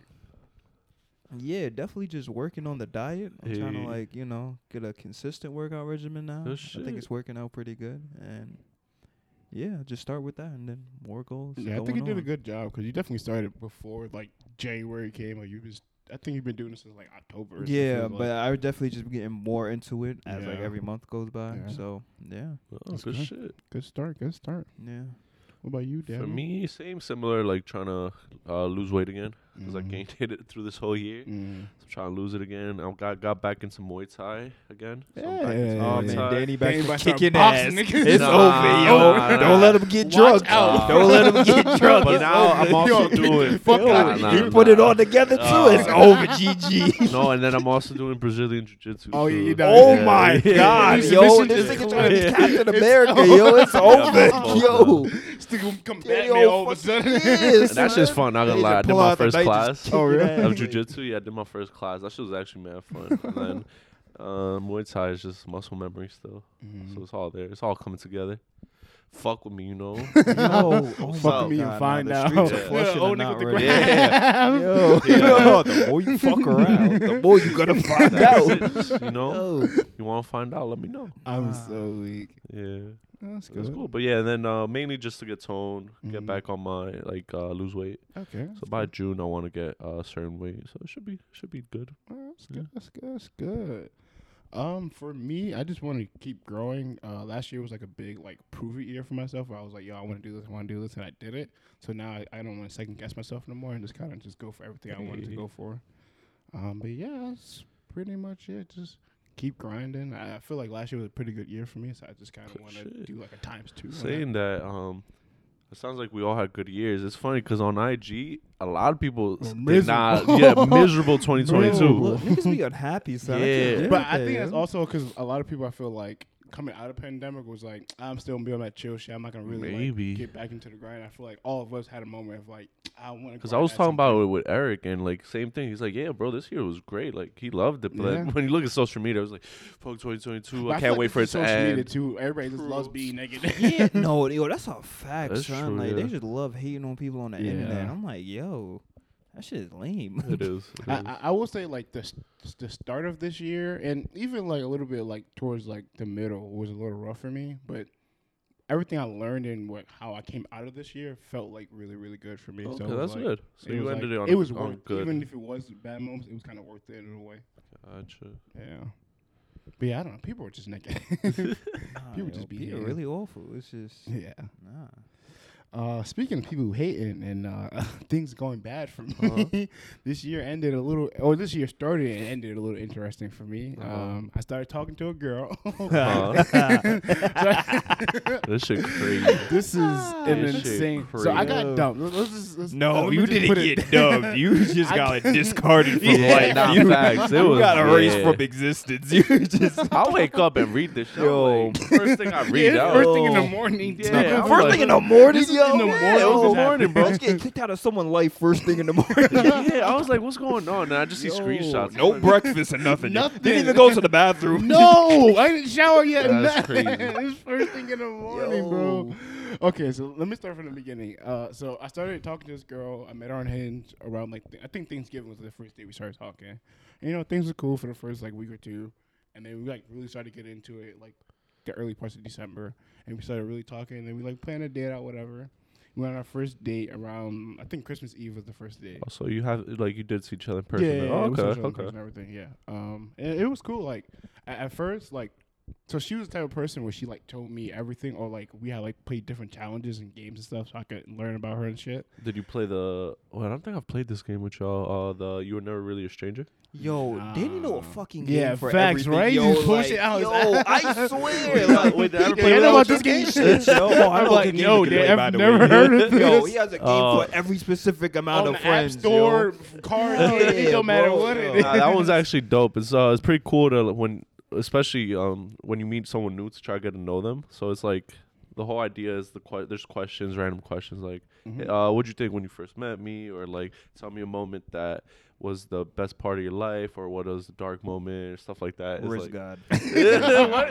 S2: Yeah, definitely just working on the diet. I'm trying
S3: Hey.
S2: to like, you know, get a consistent workout regimen now.
S3: No
S2: I
S3: shit.
S2: think it's working out pretty good and yeah, just start with that and then more goals.
S1: Yeah, I think
S2: going
S1: you did a
S2: on.
S1: good job because you definitely started before like January came. Or you just, I think you've been doing this since like October. or
S2: Yeah,
S1: something,
S2: but I would definitely just be getting more into it as like
S1: Yeah.
S2: every month goes by.
S1: Yeah.
S2: So yeah,
S3: Oh,
S1: That's
S3: good
S1: good.
S3: shit.
S1: good start. Good start.
S2: yeah.
S1: What about you, Dad?
S3: For me, same similar. Like trying to uh, lose weight again because
S1: Mm-hmm.
S2: Mm-hmm.
S3: I gained it through this whole year.
S1: Mm.
S3: So trying to lose it again. I got got back in some Muay Thai again. So I'm back
S1: Hey.
S3: into
S2: Oh
S3: Muay
S2: man,
S3: Thai.
S2: Danny back
S1: Danny
S2: to
S1: about to start
S2: kicking ass.
S1: boxing, nigga.
S2: It's
S3: Nah,
S2: over, yo.
S3: nah,
S2: Don't
S3: nah.
S2: let him get
S1: Watch
S2: drunk.
S1: out.
S2: Don't let him get drunk.
S3: But
S2: It's
S3: now
S2: over.
S3: I'm also doing.
S1: Fuck
S3: Nah,
S1: outta
S3: nah,
S1: here.
S2: you put it
S3: nah.
S2: all together too.
S3: Nah.
S2: It's over, GG.
S3: No, and then I'm also doing Brazilian Jiu Jitsu.
S1: Oh, yeah, you done
S2: Oh
S1: Yeah.
S2: my
S1: Yeah.
S2: God,
S1: His
S2: yo!
S1: submission
S2: This
S1: is
S2: nigga
S1: clear.
S2: trying to be
S1: It's
S2: Captain America,
S1: over.
S2: yo! It's over,
S3: over.
S2: yo!
S1: Stick him, come
S2: Danny
S1: back me all of a
S2: old fucking
S1: sudden.
S2: is.
S3: And that's just fun. Not gonna
S2: They
S3: lie, I
S2: just
S3: did
S2: pull
S3: my
S2: out the
S3: first
S2: knife, just
S3: class
S2: kick
S1: Oh,
S2: your
S1: really?
S2: ass.
S3: of Jiu Jitsu. Yeah, I did my first class. That shit was actually mad fun. and then uh, Muay Thai is just muscle memory still, so
S2: Mm-hmm.
S3: it's all there. It's all coming together. Fuck with me, you know.
S2: Yo, oh
S1: Fuck
S2: my
S1: me and
S2: God,
S1: find
S2: nah, the
S1: out.
S2: streets
S3: Yeah.
S2: are flushing
S1: Old
S2: and
S1: nigga
S2: not
S1: with the
S2: ready.
S1: grand-
S2: Yeah. Yo,
S3: Yeah.
S2: yo, the more you fuck around, the more you gonna find
S3: That's
S2: out.
S3: it, you know,
S2: Yo.
S3: you want to find out? Let me know.
S1: I'm so weak.
S3: uh, Yeah.
S1: That's
S3: It was
S1: good.
S3: cool, but yeah, and then uh, mainly just to get toned, get
S1: Mhm.
S3: back on my like uh, lose weight.
S1: Okay.
S3: So by June, I want to get a certain weight, so it should be should be good.
S1: Well, That's
S3: Yeah.
S1: good. That's good. That's good. Um, for me, I just want to keep growing. Uh, last year was like a big like prove it year for myself. Where I was like, yo, I want to do this. I want to do this, and I did it. So now I, I don't want to second guess myself no more, and just kind of just go for everything I wanted to
S3: Hey.
S1: go for. Um, but yeah, that's pretty much it. Just keep grinding. I, I feel like last year was a pretty good year for me, so I just kind of
S3: Good
S1: want to
S3: shit.
S1: do like a times two. on that.
S3: Saying that, um, it sounds like we all had good years. It's funny because on IG, a lot of people
S1: Were
S3: s- did not, yeah,
S1: miserable.
S3: miserable
S1: Miserable.
S3: 2022.
S2: Look, niggas be unhappy, son. I can't
S3: Yeah.
S1: But
S2: deal with
S1: I
S2: that,
S1: think
S2: yo.
S1: that's also because a lot of people I feel like coming out of pandemic was like, I'm still gonna be on that chill shit. I'm not gonna really like,
S3: Maybe.
S1: get back into the grind. I feel like all of us had a moment of like, I want to.
S3: Because I was talking about it with Eric and like same thing. He's like, yeah, bro, this year was great. Like he loved it. But then
S1: Yeah.
S3: when you look at social media, I was like, fuck 2022. I can't wait for it to
S1: social media
S3: end.
S1: too. Everybody just loves being naked.
S2: yeah, no, yo, that's a fact,
S3: That's
S2: son.
S3: true,
S2: like
S3: yeah.
S2: they just love hating on people on the
S1: Yeah.
S2: internet. And I'm like, yo, that shit is lame.
S3: It is. it
S1: I,
S3: is.
S1: I- I will say like the s- the start of this year and even like a little bit like towards like the middle was a little rough for me, but everything I learned and what how I came out of this year felt like really really good for me. so
S3: Okay,
S1: it was,
S3: that's
S1: like,
S3: good. So
S1: it
S3: you
S1: was
S3: ended
S1: like-
S3: it on
S1: It was
S3: on
S1: worth.
S3: good.
S1: Even if it was bad moments, it was kind of worth it in a way.
S3: Gotcha.
S1: Yeah. But yeah, I don't know. People are just naked.
S2: Nah,
S1: People
S2: yo,
S1: just be
S2: people
S1: hating.
S2: really awful. It's just
S1: yeah.
S2: nah.
S1: Uh, speaking of people who hating and uh, things going bad for me,
S3: Uh-huh.
S1: this year ended a little, or this year started and ended a little interesting for me.
S3: Uh-huh.
S1: Um, I started talking to a girl.
S3: This shit crazy.
S1: this is an
S3: This shit
S1: insane. So I got
S2: crazy.
S1: dumped. Let's- let's just- let's-
S2: No,
S1: let me
S2: you
S1: just
S2: didn't
S1: put it-
S2: get dubbed. You just
S1: I
S2: got discarded from
S3: Yeah,
S2: life.
S3: nah,
S2: you
S3: facts. It
S2: you
S3: was-
S2: got erased
S3: yeah.
S2: from existence. You just
S3: I wake up and read this shit.
S2: Yo.
S3: Yo, first thing I read
S1: Yeah,
S3: out.
S1: first thing in the
S2: Yo.
S1: morning.
S3: Yeah,
S1: dude.
S3: I was
S2: first
S3: like-
S2: thing in the morning,
S1: This is
S2: yo.
S1: in the
S2: Yeah,
S1: morning.
S2: it
S1: This
S2: was
S1: is
S2: the morning, bro.
S1: happening.
S2: Just getting kicked out of someone's life first thing in the morning.
S3: yeah, I was like, what's going on? And I just see screenshots. I'm
S2: No
S3: like,
S2: breakfast or nothing. yo.
S1: Nothing.
S2: Didn't even go to the bathroom.
S1: No, I didn't shower yet.
S3: That's
S1: nothing.
S3: crazy.
S1: it's first thing in the morning, bro. Okay, so let me start from the beginning. Uh, so I started talking to this girl. I met her on Hinge around like th- I think Thanksgiving was the first day we started talking. And, you know, things were cool for the first like week or two, and then we like really started to get into it like the early parts of December, and we started really talking. And then we like planned a date out, whatever. We went on our first date around I think Christmas Eve was the first date.
S3: Oh, so you have like you did see each other in person.
S1: Yeah,
S3: then.
S1: yeah,
S3: Oh,
S1: yeah, we saw each other
S3: okay,
S1: in
S3: okay.
S1: person and everything. Yeah. Um, and it was cool. Like at, at first, like so she was the type of person where she like told me everything, or like we had like played different challenges and games and stuff, so I could learn about her and shit.
S3: Did you play the? Well, I don't think I've played this game with y'all. Uh, the you were never really a stranger.
S2: Yo,
S1: Nah.
S2: Danny know a fucking game
S1: Yeah,
S2: for
S1: facts,
S2: everything,
S1: right? You
S2: Yo,
S1: just push
S2: like,
S1: it out.
S2: Yo, I swear,
S3: Wait,
S2: like,
S3: wait, did I ever
S2: he
S3: play
S2: know
S3: without
S2: about
S1: you?
S2: this game shit, yo. Oh, I
S1: I'm
S2: know
S1: like,
S2: a game
S1: yo,
S2: you can
S1: Dad,
S2: play,
S1: I've
S2: by the
S1: never
S2: way.
S1: heard of
S2: Yo,
S1: this.
S2: he has a game
S3: Oh.
S2: for every specific amount
S1: On
S2: of
S1: the app
S2: friends,
S1: store,
S2: yo.
S1: card,
S2: Yeah,
S1: it don't matter
S2: bro,
S1: what
S2: yo.
S1: it is.
S3: nah, that one's actually dope. It's uh, it's pretty cool to when, especially um, when you meet someone new to try to get to know them. So it's like the whole idea is the que- there's questions, random questions like,
S1: Mhm.
S3: uh, what'd you think when you first met me, or like tell me a moment that was the best part of your life, or what was the dark moment, or stuff like that. It's
S2: Where's
S3: like-
S2: God?
S3: What?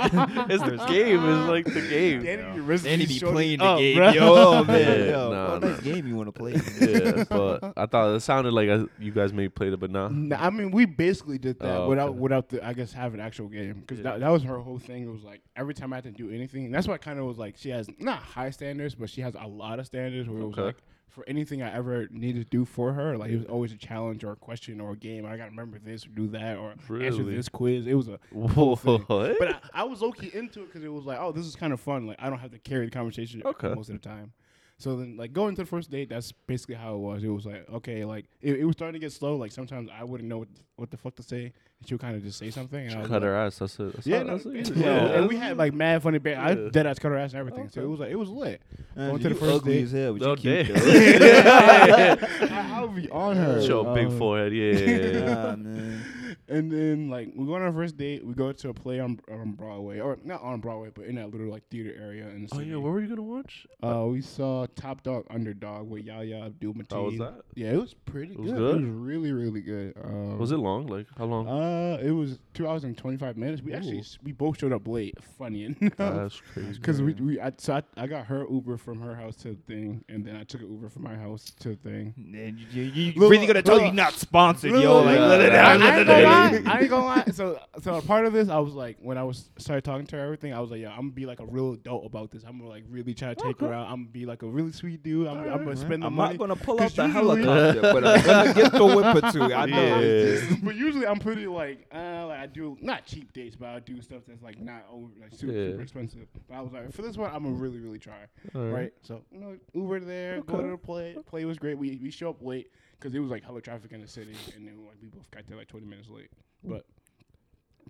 S3: it's the game. It's like the game.
S1: Danny be risking
S2: Danny
S1: his
S2: be
S1: shorty
S2: playing the
S1: up,
S2: game,
S1: bruh.
S2: yo, Oh, man.
S3: Yeah,
S2: yo,
S3: nah,
S2: what
S3: nah.
S2: nice game you want to play?
S3: yeah, but I thought it sounded like I, you guys maybe played it, but nah.
S1: Nah, I mean, we basically did that
S3: Oh,
S1: without
S3: okay.
S1: without the I guess having actual game because
S3: Yeah.
S1: that, that was her whole thing. It was like every time I had to do anything, and that's why I kind of was like she has not high standards, but she has a lot of standards. Where it was
S3: Okay.
S1: like for anything I ever needed to do for her, like it was always a challenge or a question or a game. I got to remember this or do that or answer
S3: Really?
S1: this quiz. It was a whole thing.
S3: What?
S1: But I, I was low key into it because it was like, oh, this is kind of fun. Like I don't have to carry the conversation
S3: Okay.
S1: most of the time. So then, like going to the first date, that's basically how it was. It was like, okay, like it, it was starting to get slow. Like sometimes I wouldn't know what, what the fuck to say, and she would kind of just say something. And I was like,
S3: Cut her ass. That's it. That's
S1: Yeah,
S3: all-
S1: no,
S3: that's it.
S1: yeah, and we had like mad funny. Ba- I
S3: Yeah.
S1: dead ass cut her ass and everything. So
S3: Okay.
S1: it was like it was lit.
S2: Andrew,
S1: to the
S2: you
S1: first
S2: ugly
S1: date.
S2: as hell, but
S3: No,
S2: you cute,
S3: damn.
S2: though.
S1: I, will be on her.
S3: Show a
S2: Oh.
S3: big
S1: Um,
S3: forehead. Yeah, yeah, yeah, yeah.
S2: Nah, man.
S1: And then like we go on our first date, we go to a play on on Broadway, or not on Broadway, but in that little like theater area. In the
S3: Oh
S1: city.
S3: yeah, what were you gonna watch?
S1: Uh, we saw Top Dog Underdog with Yaya Abdul Mateen.
S3: How was that?
S1: Yeah, it was pretty
S3: It was
S1: good.
S3: good?
S1: It was really really good. Um,
S3: Was it long? Like how long?
S1: Uh, it was two hours and twenty five minutes. We
S3: Ooh.
S1: actually s- we both showed up late. Funny enough,
S3: that's crazy.
S1: because we, we I, so I, I got her Uber from her house to the thing, and then I took an Uber from my house to the thing.
S2: Man, you, you, you
S1: Look,
S2: really gonna tell
S1: look.
S2: you not sponsored,
S1: Look,
S2: yo?
S1: look,
S2: Like,
S3: look,
S2: let it
S3: look.
S2: out,
S1: I
S2: let
S1: ain't
S2: it
S1: gonna
S2: out.
S1: lie. I ain't gonna lie. So, so a part of this, I was like, when I was started talking to her, everything, I was like, yeah, I'm gonna be like a real adult about this. I'm gonna like really try to take her out. I'm gonna be like a really sweet dude. I'm, I'm gonna spend the
S2: I'm
S1: money.
S2: not gonna pull
S1: 'Cause
S2: out the
S1: usually-
S2: helicopter, but I'm gonna get the whip or two. I know.
S3: Yeah.
S1: but usually I'm pretty like, uh, like I do not cheap dates, but I do stuff that's like not over, like super,
S3: Yeah.
S1: super expensive. But I was like, for this one, I'm gonna really, really try.
S3: Alright.
S1: Right. So you know, Uber there, go to the play. Play was great. We we show up late because it was like hella traffic in the city, and then like we both got there like 20 minutes late. But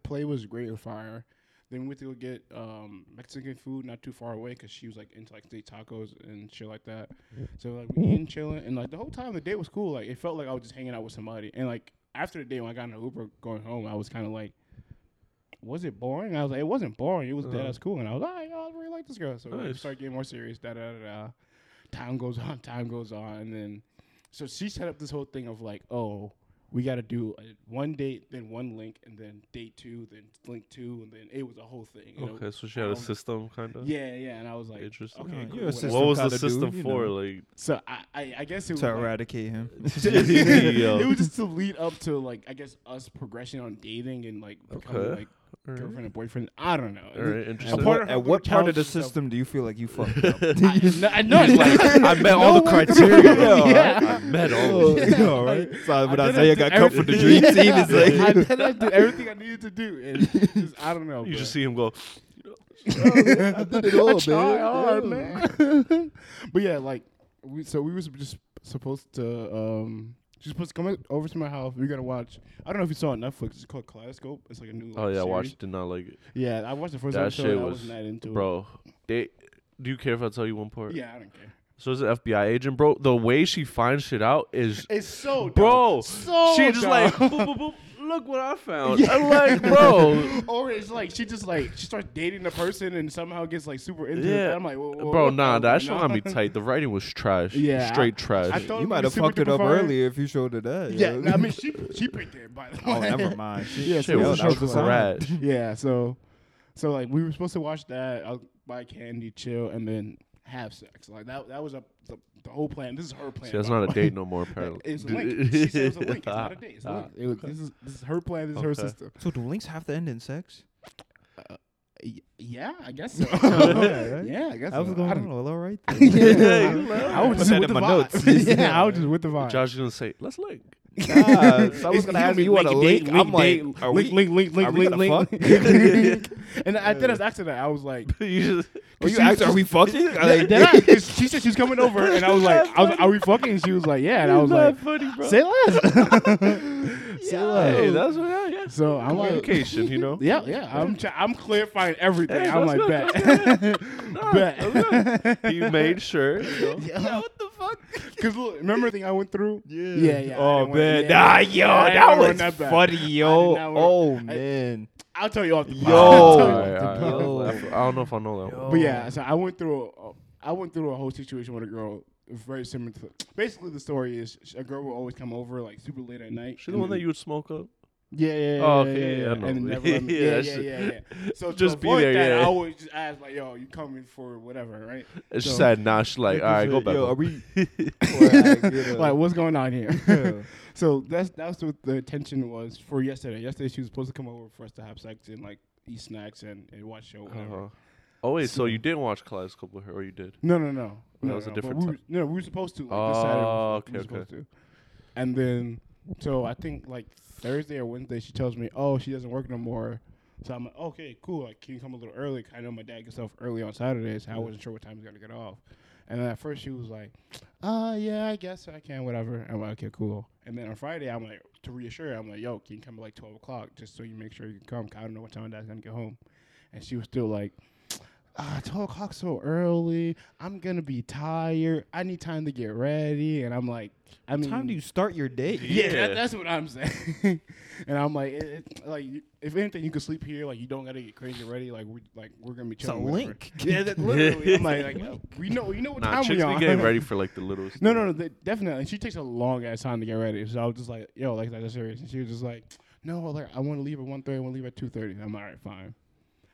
S1: play was great and fire. Then we went to go get um, Mexican food not too far away because she was like into like state tacos and shit like that. So like we eating, chilling, and like the whole time the date was cool. Like it felt like I was just hanging out with somebody. And like after the date when I got in an Uber going home, I was kind of like, was it boring? I was like, it wasn't boring. It was dead
S3: Uh.
S1: as cool. And I was like, I really like this girl. So like, we
S3: Nice.
S1: started getting more serious. Da da da da. Time goes on. Time goes on. And then so she set up this whole thing of like, oh, we got to do a, one date, then one link, and then date two, then link two, and then it was a whole thing. you know?
S3: Okay, so she had a
S1: um,
S3: system kind of.
S1: Yeah, yeah. And I was like,
S3: Interesting.
S1: okay,
S2: Alright,
S1: cool,
S2: you're a
S1: whatever.
S2: system
S3: What was the
S2: kinda dude,
S3: system
S2: you
S3: for?
S2: know.
S3: Like,
S1: So I, I, I guess it was
S2: To
S1: like-
S2: eradicate him. uh,
S3: Yo.
S1: it was just to lead up to like I guess us progression on dating and like becoming
S3: Okay.
S1: like
S3: Alright.
S1: girlfriend and boyfriend. I don't know.
S3: all right,
S2: At
S1: A
S3: interesting.
S1: part
S2: what,
S1: of
S2: at
S1: her
S2: what part of
S1: challenge
S2: the
S1: herself.
S2: system do you feel like you fucked up?
S1: I, kn- I know.
S3: He's like, I met all the criteria. I met all.
S1: Yeah.
S2: All right. So when
S1: I did
S2: Isaiah
S1: it to
S2: got cut from the
S1: everything.
S2: dream team, it's
S1: Yeah. I
S2: like,
S1: did, I did everything I needed to do. And just, I don't know. Oh,
S3: You
S1: bro.
S3: just see him go.
S2: I did it all,
S1: Try hard, man. but yeah, like we so we was just supposed to um she's supposed to come in- over to my house. We are going to watch. I don't know if you saw on Netflix. It's called Kaleidoscope. It's like a new. Like,
S3: Oh yeah, I
S1: series.
S3: watched. Did not like it,
S1: Yeah, I watched the first
S3: That
S1: episode.
S3: shit
S1: and I
S3: was-
S1: was not into it.
S3: bro. They, do you care if I tell you one part?
S1: Yeah, I don't care.
S3: So it's an FBI agent, bro. The way she finds shit out is,
S1: It's so dumb.
S3: bro.
S1: so
S3: she just
S1: dumb.
S3: like, boop, boop, boop, look what I found. I'm like, bro,
S1: or it's like she just like she starts dating the person and somehow gets like super into it.
S3: Yeah.
S1: I'm like, whoa, whoa,
S3: bro,
S1: whoa,
S3: nah,
S1: what's
S3: that shit
S1: going
S3: got me
S1: on?
S3: tight. The writing was trash.
S1: Yeah, I-
S3: straight trash.
S1: I thought
S2: you
S1: it
S2: might
S1: was
S2: have
S1: super
S2: fucked it up
S1: duper fire.
S2: earlier if you showed her that.
S1: Yeah,
S2: yo.
S1: I mean she she picked it by the way.
S2: oh, never mind.
S1: Yeah,
S3: shit
S1: so
S2: yo,
S3: was
S2: that was the sign.
S3: trash.
S1: yeah, so so like we were supposed to watch that, I'll buy candy, chill, and then have sex. Like that that was a the, the whole plan. This is her plan.
S3: See, that's
S1: by the
S3: not a
S1: way.
S3: date no more. Apparently,
S1: It's a link. She said it was a link. It's not a date. It's a link. It was, this is this is her plan. This is her
S3: Okay.
S1: system.
S2: So do links have to end in sex?
S1: Y- Yeah, I guess so.
S2: Yeah, right?
S1: yeah, I guess
S2: I was
S1: so.
S2: going,
S1: I don't
S2: well, all right.
S1: I was
S2: Put
S1: just
S2: that
S1: with
S2: in
S1: the
S2: my
S1: vibe.
S2: notes.
S1: yeah, I was just with the vibe.
S3: Josh is gonna say, "Let's link."
S2: Nah, so I was
S1: It's-
S2: gonna
S1: he
S2: ask
S1: be
S2: you what a
S1: date,
S2: link. I'm like,
S1: date,
S2: are
S1: link,
S2: we-
S1: link, link,
S2: are
S1: link,
S2: we
S1: link,
S2: gonna
S1: link. and I did this accident. I was like,
S3: You just-
S2: Were
S1: she was
S2: you asked, are we fucking?
S1: Like, then I, 'cause she said she was coming over, and I was like, I was, like, "Are we fucking?" And she was like, "Yeah," and I was like,
S3: funny, bro.
S1: "Say less." Say
S3: Hey,
S1: less.
S3: that's what. Yeah, yeah.
S1: So I'm like,
S3: Communication, you know.
S1: yeah, yeah. I'm try- I'm clarifying everything.
S3: Hey,
S1: I'm
S3: that's
S1: like,
S3: good,
S1: bet,
S3: Nah,
S1: bet.
S3: He made sure. You know?
S2: what the fuck?
S1: Because look, remember the thing I went through? Yeah, yeah. yeah I
S2: Oh
S1: didn't want-
S2: man,
S1: yeah,
S2: nah,
S1: yeah, yeah, I
S2: yo,
S1: didn't
S2: that
S1: wanna
S2: was
S1: run that back.
S2: funny, yo.
S1: not wanna-
S2: Oh
S1: I-
S2: man,
S1: I'll tell you off the
S2: Yo.
S1: pod. I'll tell you
S3: Alright,
S1: off the pod.
S3: alright,
S2: Yo.
S3: I f- I don't know if I know that. One.
S1: But
S2: Oh.
S1: yeah, so I went through a, I went through a whole situation with a girl very similar to basically the story is sh- a girl will always come over like super late at night.
S3: She the
S1: and
S3: one that
S1: then-
S3: you would smoke up.
S1: Yeah, yeah, yeah.
S3: Oh,
S1: yeah,
S3: okay,
S1: yeah,
S3: yeah, I know.
S1: And then never let me,
S3: Yeah,
S1: yeah,
S3: that
S1: yeah,
S3: shit.
S1: yeah, yeah. So
S3: Just
S1: to
S3: be
S1: avoid
S3: there,
S1: that,
S3: yeah.
S1: I always just ask like, "Yo, you coming for whatever, right?"
S3: And she
S1: So-
S3: said, "Nah." She's like, "All right, go back."
S2: Yo, are
S3: home."
S2: we?
S1: Like, what's going on here?
S2: Yeah.
S1: so that's that's what the intention was for yesterday. Yesterday she was supposed to come over for us to have sex and like eat snacks and, and watch show. Whatever.
S3: Uh-huh. Oh wait, so you didn't watch Kaleidoscope with her, or you did?
S1: No, no, no.
S3: That
S1: no,
S3: was a
S1: no, but
S3: different
S1: we
S3: time.
S1: were- no, we were supposed to. Like,
S3: Oh,
S1: this Saturday. we were
S3: okay,
S1: supposed to. And then, so I think like Thursday or Wednesday, she tells me, "Oh, she doesn't work no more." So I'm like, "Okay, cool. Like, can you come a little early? 'Cause I know my dad gets off early on Saturdays. I wasn't sure what time he's gonna get off." And then at first she was like, uh, yeah, I guess I can, whatever. I'm like, okay, cool. And then on Friday, I'm like, to reassure her, I'm like, yo, can you come at like 12 o'clock just so you make sure you can come? 'cause I don't know what time dad's going to get home. And she was still like, uh, 12 o'clock so early. I'm going to be tired. I need time to get ready. And I'm like, I mean,
S2: time do you start your day?
S1: yeah,
S3: Yeah.
S1: That, that's what I'm saying. and I'm like, it, it, like you- if anything, you can sleep here. Like you don't gotta get crazy ready. Like we like we're gonna be
S2: It's a
S1: chilling. whatever.
S2: link.
S1: Yeah, that, literally. I'm like, like yo, we know, you know what
S3: Nah,
S1: time
S3: chicks
S1: we
S3: be
S1: are.
S3: getting ready for like the littlest.
S1: no,
S3: thing.
S1: no, no, they, definitely. She takes a long ass time to get ready. So I was just like, yo, like that's serious. And she was just like, no, like I want to leave at 1.30, I want to leave at two thirty. I'm like, all right, fine.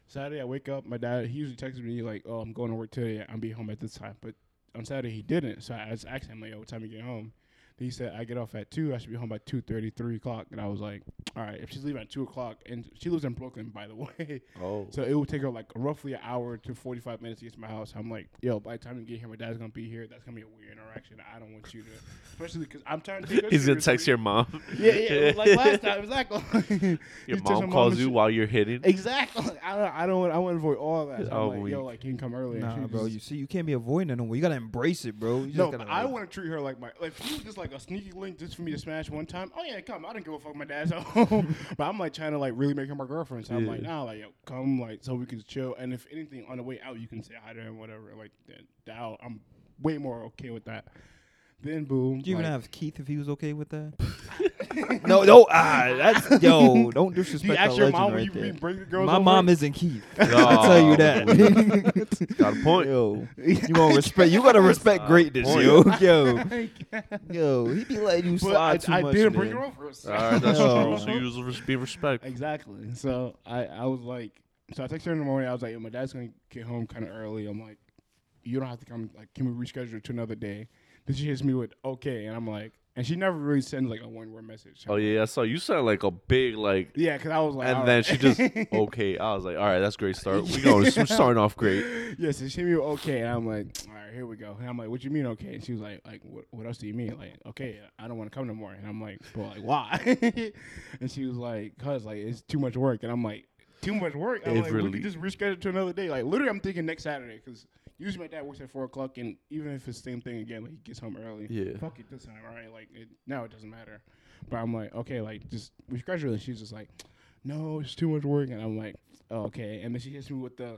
S1: Saturday, I wake up. My dad, he usually texts me like, "Oh, I'm going to work today. I'm be home at this time." But on Saturday, he didn't. So I was asking him like, "Yo, what time you get home?" Then he said, "I get off at two. I should be home by 2.30, 3 o'clock." And I was like, "All right, if she's leaving at two o'clock, and she lives in Brooklyn, by the way,
S3: Oh.
S1: so it would take her like roughly an hour to 45 minutes to get to my house. I'm like, yo, by the time you get here, my dad's gonna be here. That's gonna be a weird interaction. I don't want you to, especially because I'm trying to. Take her
S3: He's gonna text
S1: seriously.
S3: your mom.
S1: Yeah, yeah, like last time, exactly. He
S3: Your
S1: texted
S3: mom
S1: my
S3: calls
S1: and
S3: you
S1: she-
S3: while you're hitting.
S1: Exactly. I don't. I don't. want- I want to avoid all that. So
S3: Oh,
S1: I'm like,
S3: weak.
S1: yo, like you can come earlier.
S2: Nah,
S1: She's
S2: bro.
S1: just-
S2: You see, you can't be avoiding it no more. You gotta embrace it, bro. You just
S1: no,
S2: gotta,
S1: but I
S2: like-
S1: want to treat her like my like. If she was just like a sneaky link just for me to smash one time. Oh yeah, come. I don't give a fuck. My dad's at home, but I'm like trying to like really make her my girlfriend. So I'm like,
S3: Yeah.
S1: nah, like yo, come, like so we can chill. And if anything, on the way out, you can say hi to him, whatever. Like that. that- I'm way more okay with that. Then boom.
S2: Do you even
S1: like-
S2: ask Keith if he was okay with that? no, no, ah, that's yo. Don't disrespect
S1: Do you
S2: the
S1: ask your
S2: legend
S1: mom
S2: right
S1: when you
S2: there.
S1: bring- bring the girls?
S2: My
S1: over?
S2: mom isn't Keith.
S3: Oh.
S2: I'll tell you that.
S3: Got a point.
S2: Yo, you want respect? You gotta respect greatness,
S3: point.
S2: yo, yo, yo. He be letting you
S1: But I,
S2: slide too
S1: I
S2: much.
S1: didn't bring
S2: man.
S1: her over. so-
S3: All right, that's
S2: No.
S3: true. So you just res- be respectful.
S1: Exactly. So I, I was like, so I texted her in the morning. I was like, "Yo, my dad's gonna get home kind of early. I'm like, you don't have to come. Like, can we reschedule to another day? Then she hits me with okay, and I'm like, and she never really sends like a one word message.
S3: Oh yeah, I saw you sound like a big like.
S1: Yeah, because I was like,
S3: And
S1: all
S3: then
S1: right.
S3: she just okay. I was like, all right, that's great start. We going. We're starting off great.
S1: yeah, so she hit me with okay, and I'm like, all right, here we go. And I'm like, what you mean okay? And she was like, like what, what else do you mean? Like, okay, I don't want to come no more. And I'm like, well, like why? and she was like, cause like it's too much work. And I'm like, too much work. I'm
S3: It
S1: like, we
S3: really-
S1: could just reschedule to another day. Like literally, I'm thinking next Saturday because usually my dad works at four o'clock, and even if it's the same thing again, like he gets home early.
S3: Yeah.
S1: Fuck it this time, all right? Like it, now it doesn't matter. But I'm like, okay, like just reschedule. And she's just like, no, it's too much work. And I'm like, oh, okay. And then she hits me with the,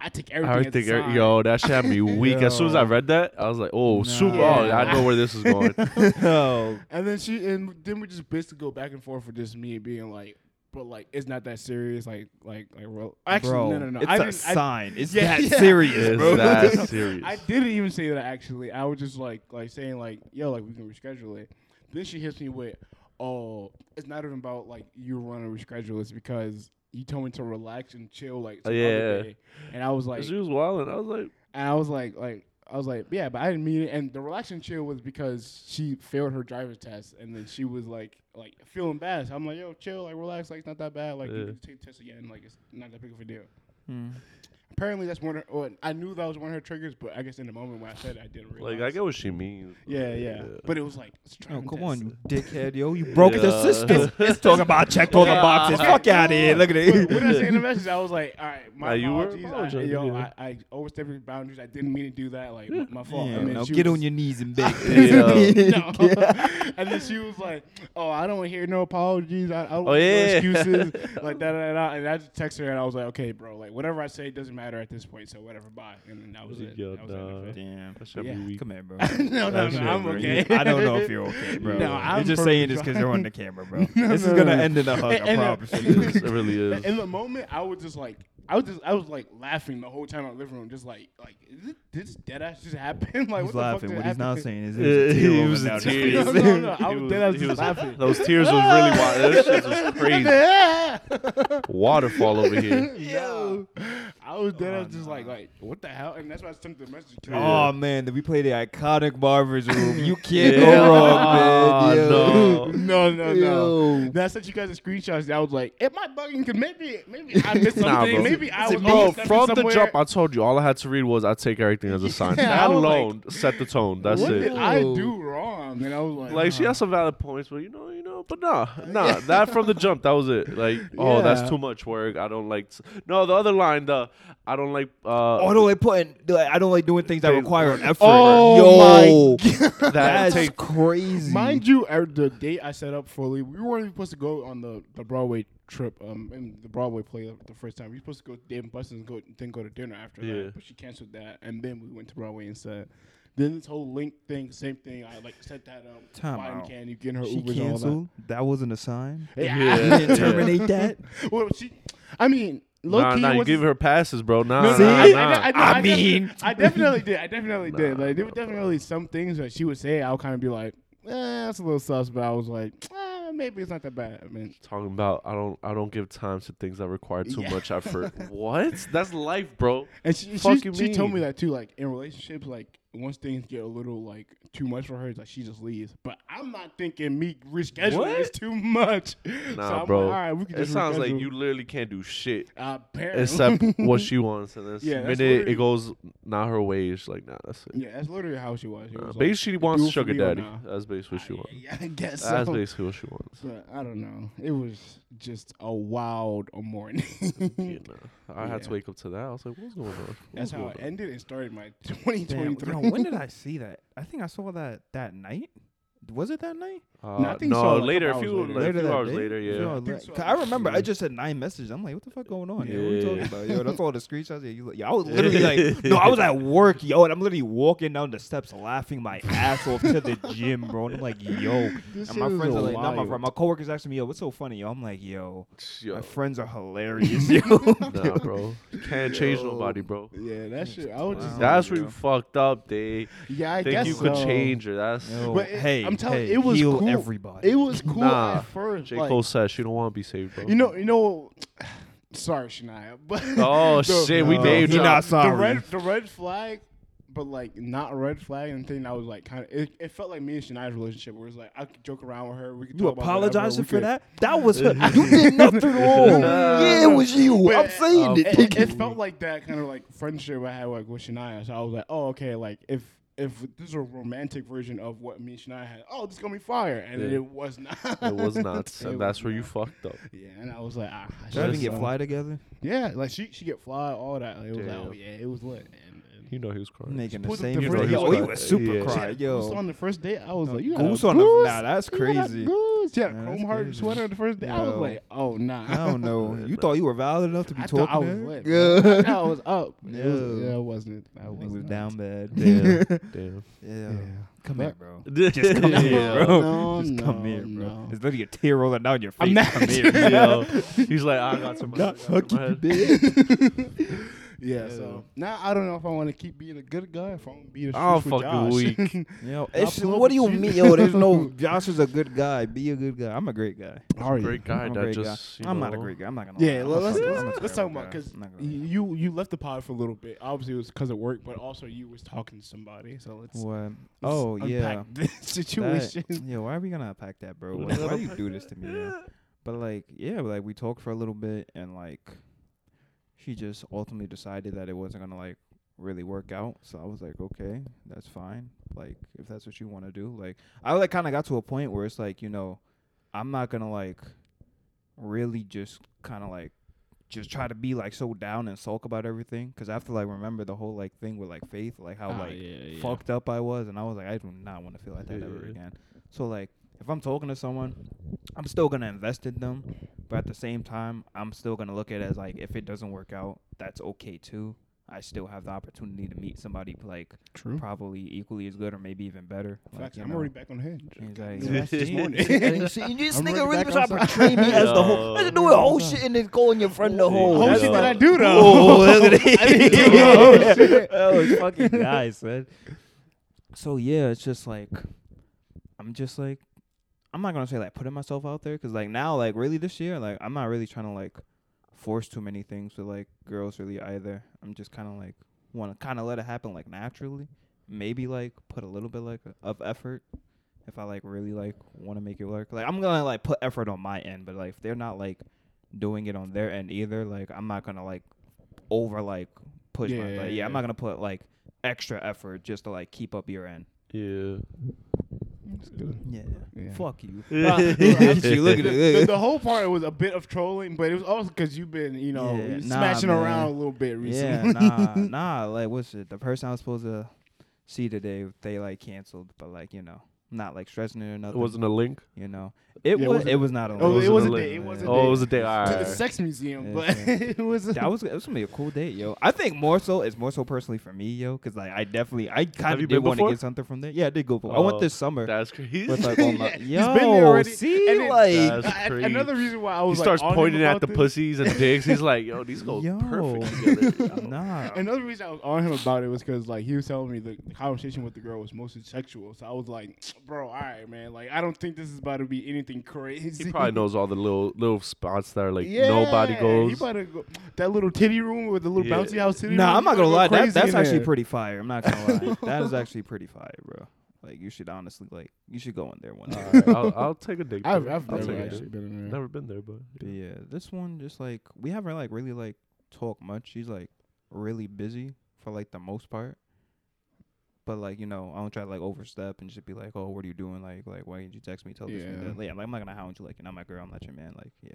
S1: I take everything.
S3: I
S1: as a
S3: think uh,
S1: sign.
S3: yo, that shit had me weak. As soon as I
S2: Yo.
S3: read that, I was like, oh, super. Oh,
S1: Yeah.
S3: I know where this is going.
S2: Yo,
S1: And then she and then we just basically go back and forth with just me being like, but like it's not that serious. Like like like well, actually
S2: bro,
S1: no no no.
S2: it's
S1: I
S2: a
S1: didn't, I-
S2: sign. it's
S1: Yeah,
S2: that
S1: yeah.
S2: serious,
S3: It's
S2: bro.
S3: that serious.
S1: I didn't even say that actually. I was just like like saying like yo like we can reschedule it. Then she hits me with, oh, it's not even about like you want to reschedule. It's because you told me to relax and chill like some
S3: Yeah.
S1: other day. And I was like,
S3: she was wild, and I was like,
S1: and I was like like. I was like, yeah, but I didn't mean it. And the relax and chill was because she failed her driver's test, and then she was like, like feeling bad. So I'm like, yo, chill, like relax, like it's not that bad. Like
S3: Yeah.
S1: you can take the test again, like it's not that big of a deal
S2: Hmm.
S1: apparently that's one of her, well, I knew that was one of her triggers, but I guess in the moment when I said it, I didn't realize.
S3: like I get what she means. but
S1: yeah, yeah, But it was like, it's
S2: Oh,
S1: driving
S2: come
S1: test.
S2: on, you dickhead, yo. You broke the
S3: Yeah.
S2: system. It's talking about check all the
S3: Yeah.
S2: boxes. Fuck out of here. Look at
S1: But when I
S2: it.
S1: sent the message, I was like, all right, my
S3: Nah, you were
S1: apologies. I,
S3: apologizing,
S1: yo,
S3: yeah.
S1: I, I overstepped your boundaries. I didn't mean to do that. Like, my- my fault.
S2: Yeah,
S1: and then
S2: now
S1: she
S2: get
S1: was-
S2: on your knees and beg.
S1: No. and then she was like, "Oh, I don't hear no apologies. I, I don't
S3: Oh,
S1: hear
S3: yeah.
S1: no excuses like that." And I, and I just texted her and I was like, "Okay, bro. Like whatever I say doesn't matter at this point. So whatever, bye." And then that was it.
S3: Yo,
S1: that was the end of
S3: nah.
S1: it.
S2: Damn.
S3: That shit had
S1: Yeah.
S3: me weak.
S2: Come here, bro.
S1: no, no,
S3: That
S1: no,
S3: shit,
S1: I'm
S3: bro.
S1: okay.
S2: I don't know if you're okay, bro.
S1: No, I'm
S2: you're just
S1: perfectly
S2: saying this because you're on the camera, bro. this
S1: no,
S2: is gonna
S1: no.
S2: end in a hug. I
S1: And-
S2: promise
S1: and-
S2: you.
S3: It really is.
S1: In the moment, I was just like, I was just, I was like laughing the whole time in the living room, just like, like is this, did this dead ass just happen? Like,
S2: He's
S1: what
S2: laughing.
S1: The fuck
S2: What
S1: just
S2: he's not
S1: happened?
S2: saying is
S3: Yeah,
S2: there's a
S3: he
S2: tear rolling
S3: was a
S2: down his
S3: tear.
S2: face.
S1: No, no, no. I
S3: He
S1: was,
S3: was-
S1: dead. I was
S3: he
S1: just
S3: was-
S1: laughing.
S3: Those tears was really wild. That shit was crazy. Waterfall over here.
S1: Yo, I was dead. I
S2: Oh,
S1: was just
S2: no.
S1: like, like, what the hell? And that's why I sent the message. To
S2: Oh man, did we play the iconic Marvin's room? You can't
S3: Yeah.
S2: go wrong, man.
S3: Oh,
S2: Yo.
S3: no.
S1: no, no, no.
S2: Yo.
S1: Then I sent you guys a screenshot. And I was like, "Am I bugging? Because maybe, maybe I missed
S3: Nah,
S1: something.
S3: bro.
S1: maybe I was
S2: Listen,
S3: Bro,
S1: overstepping
S3: from the
S1: somewhere.
S3: jump, I told you all I had to read was I take everything as a sign.
S1: Yeah, I
S3: that
S1: was like,
S3: alone set the tone. That's
S1: what
S3: it.
S1: did I
S2: Whoa.
S1: do wrong? And I was like,
S3: Like she has some valid points, but you know, you know, know, but nah, nah. that from the jump, that was it. Like, oh,
S1: Yeah.
S3: that's too much work. I don't like. s- No, the other line, the I don't like. Uh,
S2: Oh, I don't like putting. like, I don't like doing things that
S3: They-
S2: require an effort.
S1: Oh
S2: Yo,
S3: that
S2: that's
S3: take-
S2: crazy.
S1: Mind you, uh, the date I set up fully, we weren't even supposed to go on the, the Broadway trip um and the Broadway play the first time. We were supposed to go to Dave and Buster's and go then go to dinner after
S3: Yeah.
S1: that. But she canceled that and then we went to Broadway instead. Then this whole link thing, same thing. I like set that up,
S2: Time
S1: buying
S2: out.
S1: candy, getting her
S2: she
S1: Ubers and all
S2: canceled. That. wasn't a sign.
S1: that.
S3: Yeah.
S2: You
S3: Yeah.
S2: didn't terminate that.
S1: Well, she, I mean, low
S3: Nah,
S1: key
S3: nah, you
S1: was-
S3: give her passes, bro. Nah,
S1: No, no,
S3: Uh, nah,
S2: See?
S1: I,
S3: nah.
S1: I, I,
S2: I
S1: I definitely-
S2: mean.
S1: I definitely did. I definitely did.
S3: Nah,
S1: Like there were definitely some things that she would say. I would kind of be like, eh, that's a little sus, but I was like, eh, maybe it's not that bad. I mean,
S3: talking about I don't I don't give time to things that require too
S1: Yeah.
S3: much effort. what? That's life, bro.
S1: and she she,
S3: Fuck
S1: she,
S3: you
S1: told me
S3: mean?
S1: that too. Like in relationships, like once things get a little like too much for her, it's like she just leaves. But I'm not thinking me rescheduling is
S3: What?
S1: too much.
S3: Nah,
S1: so I'm
S3: bro.
S1: Like, All right, we can
S3: It
S1: just
S3: sounds like
S1: reschedule."
S3: you literally can't do shit
S1: Apparently.
S3: except what she wants, and then
S1: Yeah,
S3: yeah,
S1: that's
S3: minute
S1: literally-
S3: it goes not her way, it's like nah, that's it.
S1: Yeah, that's literally how she was. She
S3: Nah,
S1: was
S3: basically,
S1: like,
S3: she
S1: "You
S3: wants
S1: do it for
S3: sugar
S1: me or
S3: daddy.
S1: nah?"
S3: That's basically what she wants.
S1: Yeah, I guess so.
S3: That's basically what she wants.
S1: But I don't know. It was just a wild morning.
S3: Yeah, nah. I had to
S1: Yeah.
S3: wake up to that. I was like, what's going on?
S1: That's
S3: What's going
S1: how
S3: on?
S1: it ended and started my
S2: Damn,
S1: 2023.
S2: yo, when did I see that? I think I saw that that night. Was it that night?
S3: Uh,
S1: No, I think so, like, a
S3: later, a
S1: couple
S3: few,
S1: hours
S3: like,
S1: later.
S3: a few
S2: that
S3: hours
S2: day?
S3: later,
S2: A few
S3: yeah.
S2: hours
S1: think
S2: later.
S1: so,
S2: 'Cause I remember I
S1: actually.
S2: just had nine messages. I'm like, what the fuck going on? Yo, what you talking
S3: Yeah.
S2: about? Yo, that's all the screenshots. Yeah, you, look- yo, I was literally like, no, I was at work, yo, and I'm literally walking down the steps, laughing my ass off to the gym, bro. And I'm like, yo,
S1: This
S2: and my
S1: shit is
S2: friends are like, not my
S1: wild.
S2: friend. My coworkers asking me, yo, what's so funny? Yo, I'm like, yo, my
S3: Yo,
S2: friends are hilarious, yo.
S3: nah, bro. Can't change nobody, bro.
S1: Yeah, that shit. I would just.
S2: Wow.
S3: That's where
S2: Yeah.
S3: you fucked up, Dave.
S1: Yeah, I
S3: think
S1: guess
S3: you could
S1: so.
S3: change her. That's
S2: Yo,
S1: But it-
S2: hey,
S1: I'm telling-
S2: hey,
S1: it was
S2: heal
S1: cool.
S2: everybody.
S1: It was cool
S3: Nah,
S1: at first.
S3: J.
S1: like-
S3: Cole says she don't want to be saved, bro.
S1: You know, you know. Sorry, Shania, but
S3: Oh, shit, we
S2: name
S1: the,
S2: dropped.
S1: The
S2: Sorry.
S1: red, the red flag, but like not a red flag and thing. I was like, kind of. It, it felt like me and Shania's relationship, where it's like I could joke around with her. We could
S2: You
S1: talk about whatever,
S2: apologizing
S1: we
S2: for
S1: could-
S2: that? That was her. you did nothing wrong. yeah, it was you.
S1: But
S2: I'm
S1: it-
S2: saying
S3: um,
S2: it.
S1: it, it felt like that kind of like friendship I had like with Shania. So I was like, oh, okay, like if if this is a romantic version of what me and Shania had, oh, this is gonna be fire, and
S3: Yeah.
S1: it was not.
S3: it was not,
S1: It
S3: and that's
S1: was
S3: where you
S1: not.
S3: fucked up.
S1: Yeah, and I was like, ah, I
S2: Did I even
S1: should've
S2: get
S1: saw-
S2: fly together?
S1: Yeah, like she she get fly, all that. Like, it was like,
S3: Damn.
S1: oh yeah, it was lit. And, and
S3: You know he was crying.
S2: Making the
S1: pulled up
S2: same.
S1: the
S2: Yo,
S1: first-
S2: yo,
S1: yo,
S2: you
S1: yeah.
S2: was super
S3: Yeah.
S2: cry.
S1: Goose
S2: Yo,
S1: on the first date, I was like, you got
S2: goose
S1: a
S2: on the.
S1: goose?
S2: Nah, that's
S1: You got a
S2: crazy.
S1: goose? She had a
S2: Nah,
S1: chrome
S2: that's
S1: heart
S2: crazy.
S1: sweater on the first date. I was
S2: Yo.
S1: like, oh nah,
S2: I don't know. You thought you were valid enough to be
S1: I
S2: talking.
S1: thought I was
S2: to her?
S1: lit. man. I was up. It was-
S2: Yo.
S1: yeah, I wasn't. I
S2: Nigga was
S1: was
S2: down bad.
S3: Damn, damn.
S2: Yeah.
S1: Yeah.
S2: Come
S1: But-
S2: here, bro. Just come
S1: No,
S2: here, bro.
S1: no,
S2: Just come
S1: no,
S2: here, bro.
S1: no.
S2: There's literally a tear rolling down your face.
S1: I'm not-
S2: come here. bro.
S3: Yo, he's like, I got some.
S2: Not fuck you,
S1: Yeah, so now I don't know if I want to keep being a good guy if I'm gonna be a
S3: I'm
S1: for
S3: fucking
S1: Josh.
S3: weak.
S2: Yo,
S1: I'll
S2: it's,
S1: pull up
S2: what do you
S1: with you.
S2: mean? Yo, there's no. Josh is a good guy. Be a good guy. I'm a great guy.
S1: Are you?
S3: Great guy
S2: I'm a
S3: that
S2: great guy.
S3: just. you
S2: I'm not a
S3: know,
S2: great guy. I'm not gonna.
S1: Yeah,
S2: lie. I'm a
S1: let- let's
S2: terrible-
S1: let's,
S2: I'm a
S1: let's talk
S2: terrible
S1: about
S2: guy.
S1: because
S2: I'm not gonna lie.
S1: you you left the pod for a little bit. Obviously, it was because of work, but also you was talking to somebody. So let's, let's
S2: What? Oh yeah.
S1: unpack this situation.
S2: That, yo, why are we gonna unpack that, bro?
S3: We're
S2: Like,
S3: not
S2: why do you
S3: unpack
S2: do this to me? man? But like, yeah, like we talked for a little bit, and like, she just ultimately decided that it wasn't gonna like really work out. So I was like, okay, that's fine. Like, if that's what you want to do, like, I like kind of got to a point where it's like, you know, I'm not gonna like really just kind of like just try to be like so down and sulk about everything because I have to like remember the whole like thing with like faith, like how
S1: Ah,
S2: like fucked up I was, and I was like, I do not want to feel like that ever
S3: Yeah.
S2: again. So like, if I'm talking to someone, I'm still gonna invest in them, but at the same time, I'm still gonna look at it as like, if it doesn't work out, that's okay too. I still have the opportunity to meet somebody like
S1: True.
S2: probably equally as good or maybe even better. Like,
S1: Facts.
S2: you
S1: I'm
S2: know.
S1: already back on hinge.
S2: Exactly.
S1: Yeah, that's this morning.
S4: and see, this
S1: I'm
S4: nigga
S1: already
S4: really
S1: back
S4: was trying to
S1: outside.
S4: portray me as the whole.
S3: Yo.
S4: Let's do a whole shit and then calling your friend the whole.
S1: Whole
S3: yeah.
S1: shit that I
S3: Yo.
S1: do though.
S2: Oh, look at it.
S1: I didn't do the whole shit.
S2: Oh, it's fucking nice, man. So yeah, it's just like I'm just like I'm not gonna say like putting myself out there because like now like really this year like I'm not really trying to like force too many things with like girls really either. I'm just kind of like want to kind of let it happen like naturally. Maybe like put a little bit like of effort if I like really like want to make it work. Like I'm gonna like put effort on my end, but like if they're not like doing it on their end either, like I'm not gonna like over like push my
S1: Yeah,
S2: like, yeah,
S1: yeah.
S2: I'm not gonna put like extra effort just to like keep up your end.
S3: Yeah.
S1: It's good.
S2: Yeah.
S1: Yeah.
S2: Fuck you.
S3: Yeah.
S2: Look at you, look at
S1: the,
S2: it.
S1: the whole part was a bit of trolling, but it was also because you've been, you know,
S2: Yeah, nah,
S1: smashing
S2: man.
S1: around a little bit
S2: Yeah,
S1: recently.
S2: nah, nah. Like, what's it? The person I was supposed to see today, they like canceled, but like, you know, not like stressing it or
S3: It
S2: nothing.
S3: wasn't a link.
S2: you know, it
S1: Yeah, it
S2: was.
S1: wasn't-
S2: It was not a.
S1: Oh,
S2: link.
S1: it was a
S3: wasn't
S1: day.
S3: lit.
S1: It was a
S3: Oh, it
S1: day.
S3: was a day.
S1: to the
S3: Alright.
S1: sex museum,
S2: Yeah,
S1: but
S2: yeah.
S1: it was. a-
S2: That was it was gonna be a cool date, yo. I think more so it's more so personally for me, yo, because like I definitely I kind
S3: you
S2: of did
S3: been
S2: want to
S3: before?
S2: get something from there. Yeah, I did go. Before. I went
S3: Oh,
S2: this summer.
S3: That's crazy.
S2: with like all my,
S1: He's
S2: yo,
S1: been there already,
S2: see,
S1: and it-
S2: like
S3: That's
S1: I- I-
S3: crazy.
S1: another reason why I
S3: He
S1: was. like,
S3: starts
S1: on him
S3: pointing at
S1: about
S3: the
S1: this-
S3: pussies and dicks. He's like, yo, these go perfect together. yo."
S2: nah.
S1: Another reason I was on him about it was because like he was telling me the the conversation with the girl was mostly sexual, so I was like, "Bro, all right, man. Like, I don't think this is about to be anything crazy."
S3: He probably knows all the little little spots that are like nobody goes.
S1: He about to go that little titty room with the little
S3: Yeah.
S1: bouncy house titty. room,
S2: Nah, I'm
S1: he
S2: not gonna
S1: about
S2: lie.
S1: to go
S2: That,
S1: crazy
S2: that's
S1: in
S2: actually
S1: there.
S2: pretty fire. I'm not gonna lie. that is actually pretty fire, bro. Like you should honestly like you should go in there one day.
S3: All right, I'll, I'll take a dick.
S1: I've,
S3: pic.
S1: I've
S3: I'll
S1: never
S3: take a
S1: actually
S3: dick.
S1: been in there.
S3: Never been there, but
S2: But yeah, this one just like we haven't like really like talked much. She's like really busy for like the most part. But like you know, I don't try to like overstep and just be like, "Oh, what are you doing? Like, like why didn't you text me? Tell this me
S1: Yeah.
S2: that." Like, I'm not gonna hound you. Like, you're not my girl. I'm not your man. Like, yeah,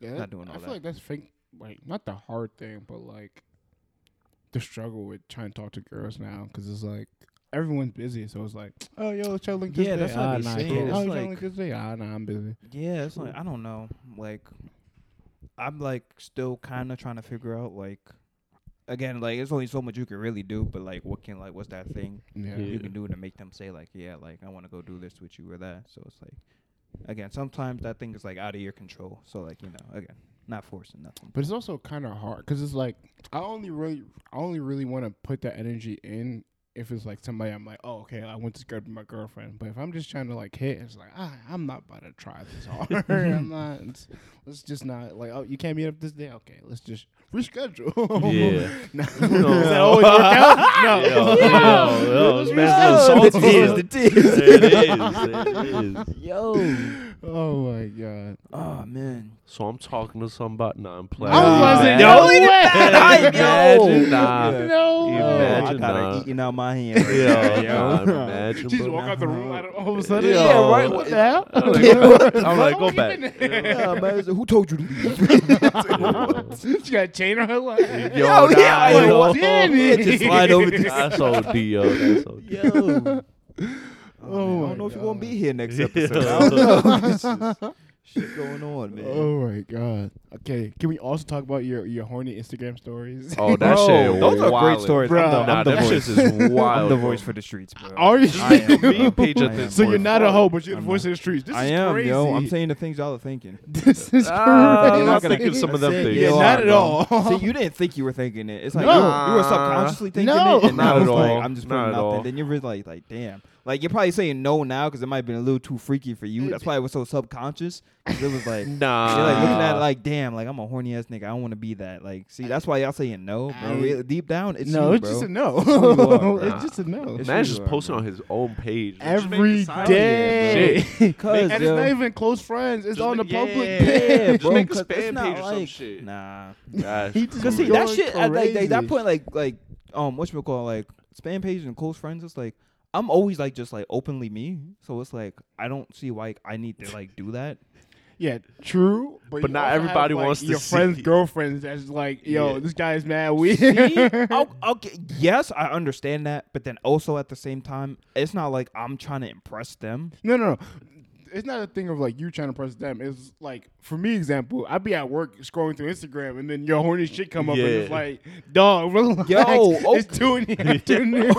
S1: Yeah,
S2: Not
S1: that-
S2: doing all
S1: I feel
S2: that.
S1: like that's fake. Like not the hard thing, but like the struggle with trying to talk to girls now because it's like everyone's busy. So it's like, oh yo, let's try link this
S2: Yeah,
S1: day.
S2: that's what I
S1: ah,
S2: be
S1: nah, I
S2: saying.
S1: can't.
S2: It's
S1: Oh, try
S2: like-
S1: link this day. Ah, nah, I'm busy.
S2: yeah. It's like I don't know. Like, I'm like still kind of trying to figure out like, again, like it's only so much you can really do. But like, what can like what's that thing
S1: Yeah.
S3: Yeah.
S2: you can do to make them say like, yeah, like I want to go do this with you or that. So it's like, again, sometimes that thing is like out of your control. So like you know, again, not forcing nothing.
S1: But it's also kind of hard because it's like I only really, I only really want to put that energy in if it's like somebody I'm like, oh okay, I went to go with my girlfriend. But if I'm just trying to like hit, it's like ah, I'm not about to try this hard. I'm not. it's- Let's just not like oh you can't meet up this day. Okay, let's just reschedule.
S3: Yeah.
S1: no.
S3: No.
S1: Does that always work out? No.
S3: Ah! Yo, yo, yo,
S1: Let's
S3: this man's
S1: reschedule.
S3: Oh,
S2: the
S3: insulting
S2: tears, the tears.
S3: it is. It is.
S4: Yo.
S1: Oh my god.
S2: Oh man,
S3: So I'm talking to somebody. Nah, I'm playing.
S1: I
S2: Nah,
S1: wasn't.
S2: man.
S1: No
S2: Don't
S1: way.
S4: that hype, yo.
S3: Imagine, nah.
S1: No. way.
S2: I
S3: Imagine
S2: got
S3: that.
S2: it eating out my hand.
S3: Yo, nah, imagine,
S1: She just
S3: bro.
S1: walk out the room out of, all of a sudden.
S3: Yo.
S4: Yeah, right.
S1: What the hell?
S3: I'm like, I'm like, go back.
S2: Yeah, man, who told you to leave?
S1: she got a chain on her leg.
S3: Yo,
S2: Yo,
S3: nah,
S2: yeah, I
S3: yo.
S1: was in it.
S2: Just slide over to
S3: That's OD, yo. That's OD.
S2: Yo. Oh, man, I
S1: my
S2: don't know if you're
S1: God.
S2: gonna be here next
S3: Yeah.
S2: episode. I don't know. This is- shit going on, man.
S1: Oh my god. Okay, can we also talk about your your horny Instagram stories?
S3: Oh, that
S2: Bro,
S3: shit.
S2: Those are great
S3: wildin'.
S2: stories. I'm
S1: Bro.
S2: the, I'm
S3: Nah,
S2: the
S3: that
S2: voice.
S3: shit is wild.
S2: I'm the
S3: bro.
S2: voice for the streets, bro.
S1: Are you?
S2: I am,
S3: Me and
S2: bro.
S3: Paige at
S2: I
S3: the-
S2: am,
S1: so
S2: bro.
S1: you're not a hoe, but you're
S2: I'm
S1: the voice of the streets. This
S2: I
S1: is
S2: am,
S1: crazy.
S2: yo. I'm saying the things y'all are thinking.
S1: this is
S3: Ah,
S1: crazy.
S3: I'm not thinking some of them
S2: Say
S3: things.
S2: you
S1: Yeah,
S2: are,
S1: not at
S2: bro.
S1: all.
S2: See, you didn't think you were thinking it. It's like
S1: No.
S2: you, were, you were subconsciously thinking
S1: No.
S2: it, and
S3: Not
S2: now
S3: at
S2: it's like
S3: all.
S2: I'm just
S3: Not
S2: putting
S3: at
S2: out there.
S3: all.
S2: Then you're really like, like, damn. Like you're probably saying no now because it might have been a little too freaky for you. That's probably what's so subconscious. 'cause It was like
S3: Nah.
S2: You're like looking at it like, damn, like I'm a horny ass nigga. I don't want to be that. Like, see, that's why y'all saying no, bro.
S1: I-
S2: Really, deep down, it's
S1: no,
S2: you,
S1: it's
S2: bro.
S1: just a no.
S2: you are, bro.
S1: it's just a no.
S2: It's-
S3: Man's
S2: who
S3: just
S2: you are,
S3: posting
S2: bro.
S3: on his own page. Just make
S1: Every
S3: it silent.
S1: day.
S2: Cause,
S1: and it's
S2: yo,
S1: not even close friends. It's
S3: Just
S1: on the
S3: make-
S1: public
S3: yeah.
S2: yeah,
S1: page.
S3: Just
S2: bro,
S3: make a
S2: 'cause
S3: spam
S2: it's not
S3: page or some
S2: like-
S3: shit.
S2: Nah.
S3: Gosh,
S1: He just
S2: Cause see
S1: Going
S2: that shit at like they, that
S1: crazy.
S2: point like like um what you call like spam pages and close friends it's like I'm always like just like openly me so it's like I don't see why I need to like do that
S1: Yeah, true. But,
S3: But
S1: you
S3: not
S1: also have,
S3: everybody
S1: like,
S3: wants to
S1: your friends'
S3: see.
S1: girlfriends. That's like, yo,
S3: Yeah.
S1: this guy's mad weird.
S2: See? I'll- I'll g- yes I understand that but then also at the same time it's not like I'm trying to impress them
S1: No, no, no. It's not a thing of like you trying to press them. It's like for me, example, I'd be at work scrolling through Instagram, and then your horny shit come up, and it's
S3: Yeah.
S1: like, dog, relax.
S2: Yo,
S1: it's two in the afternoon.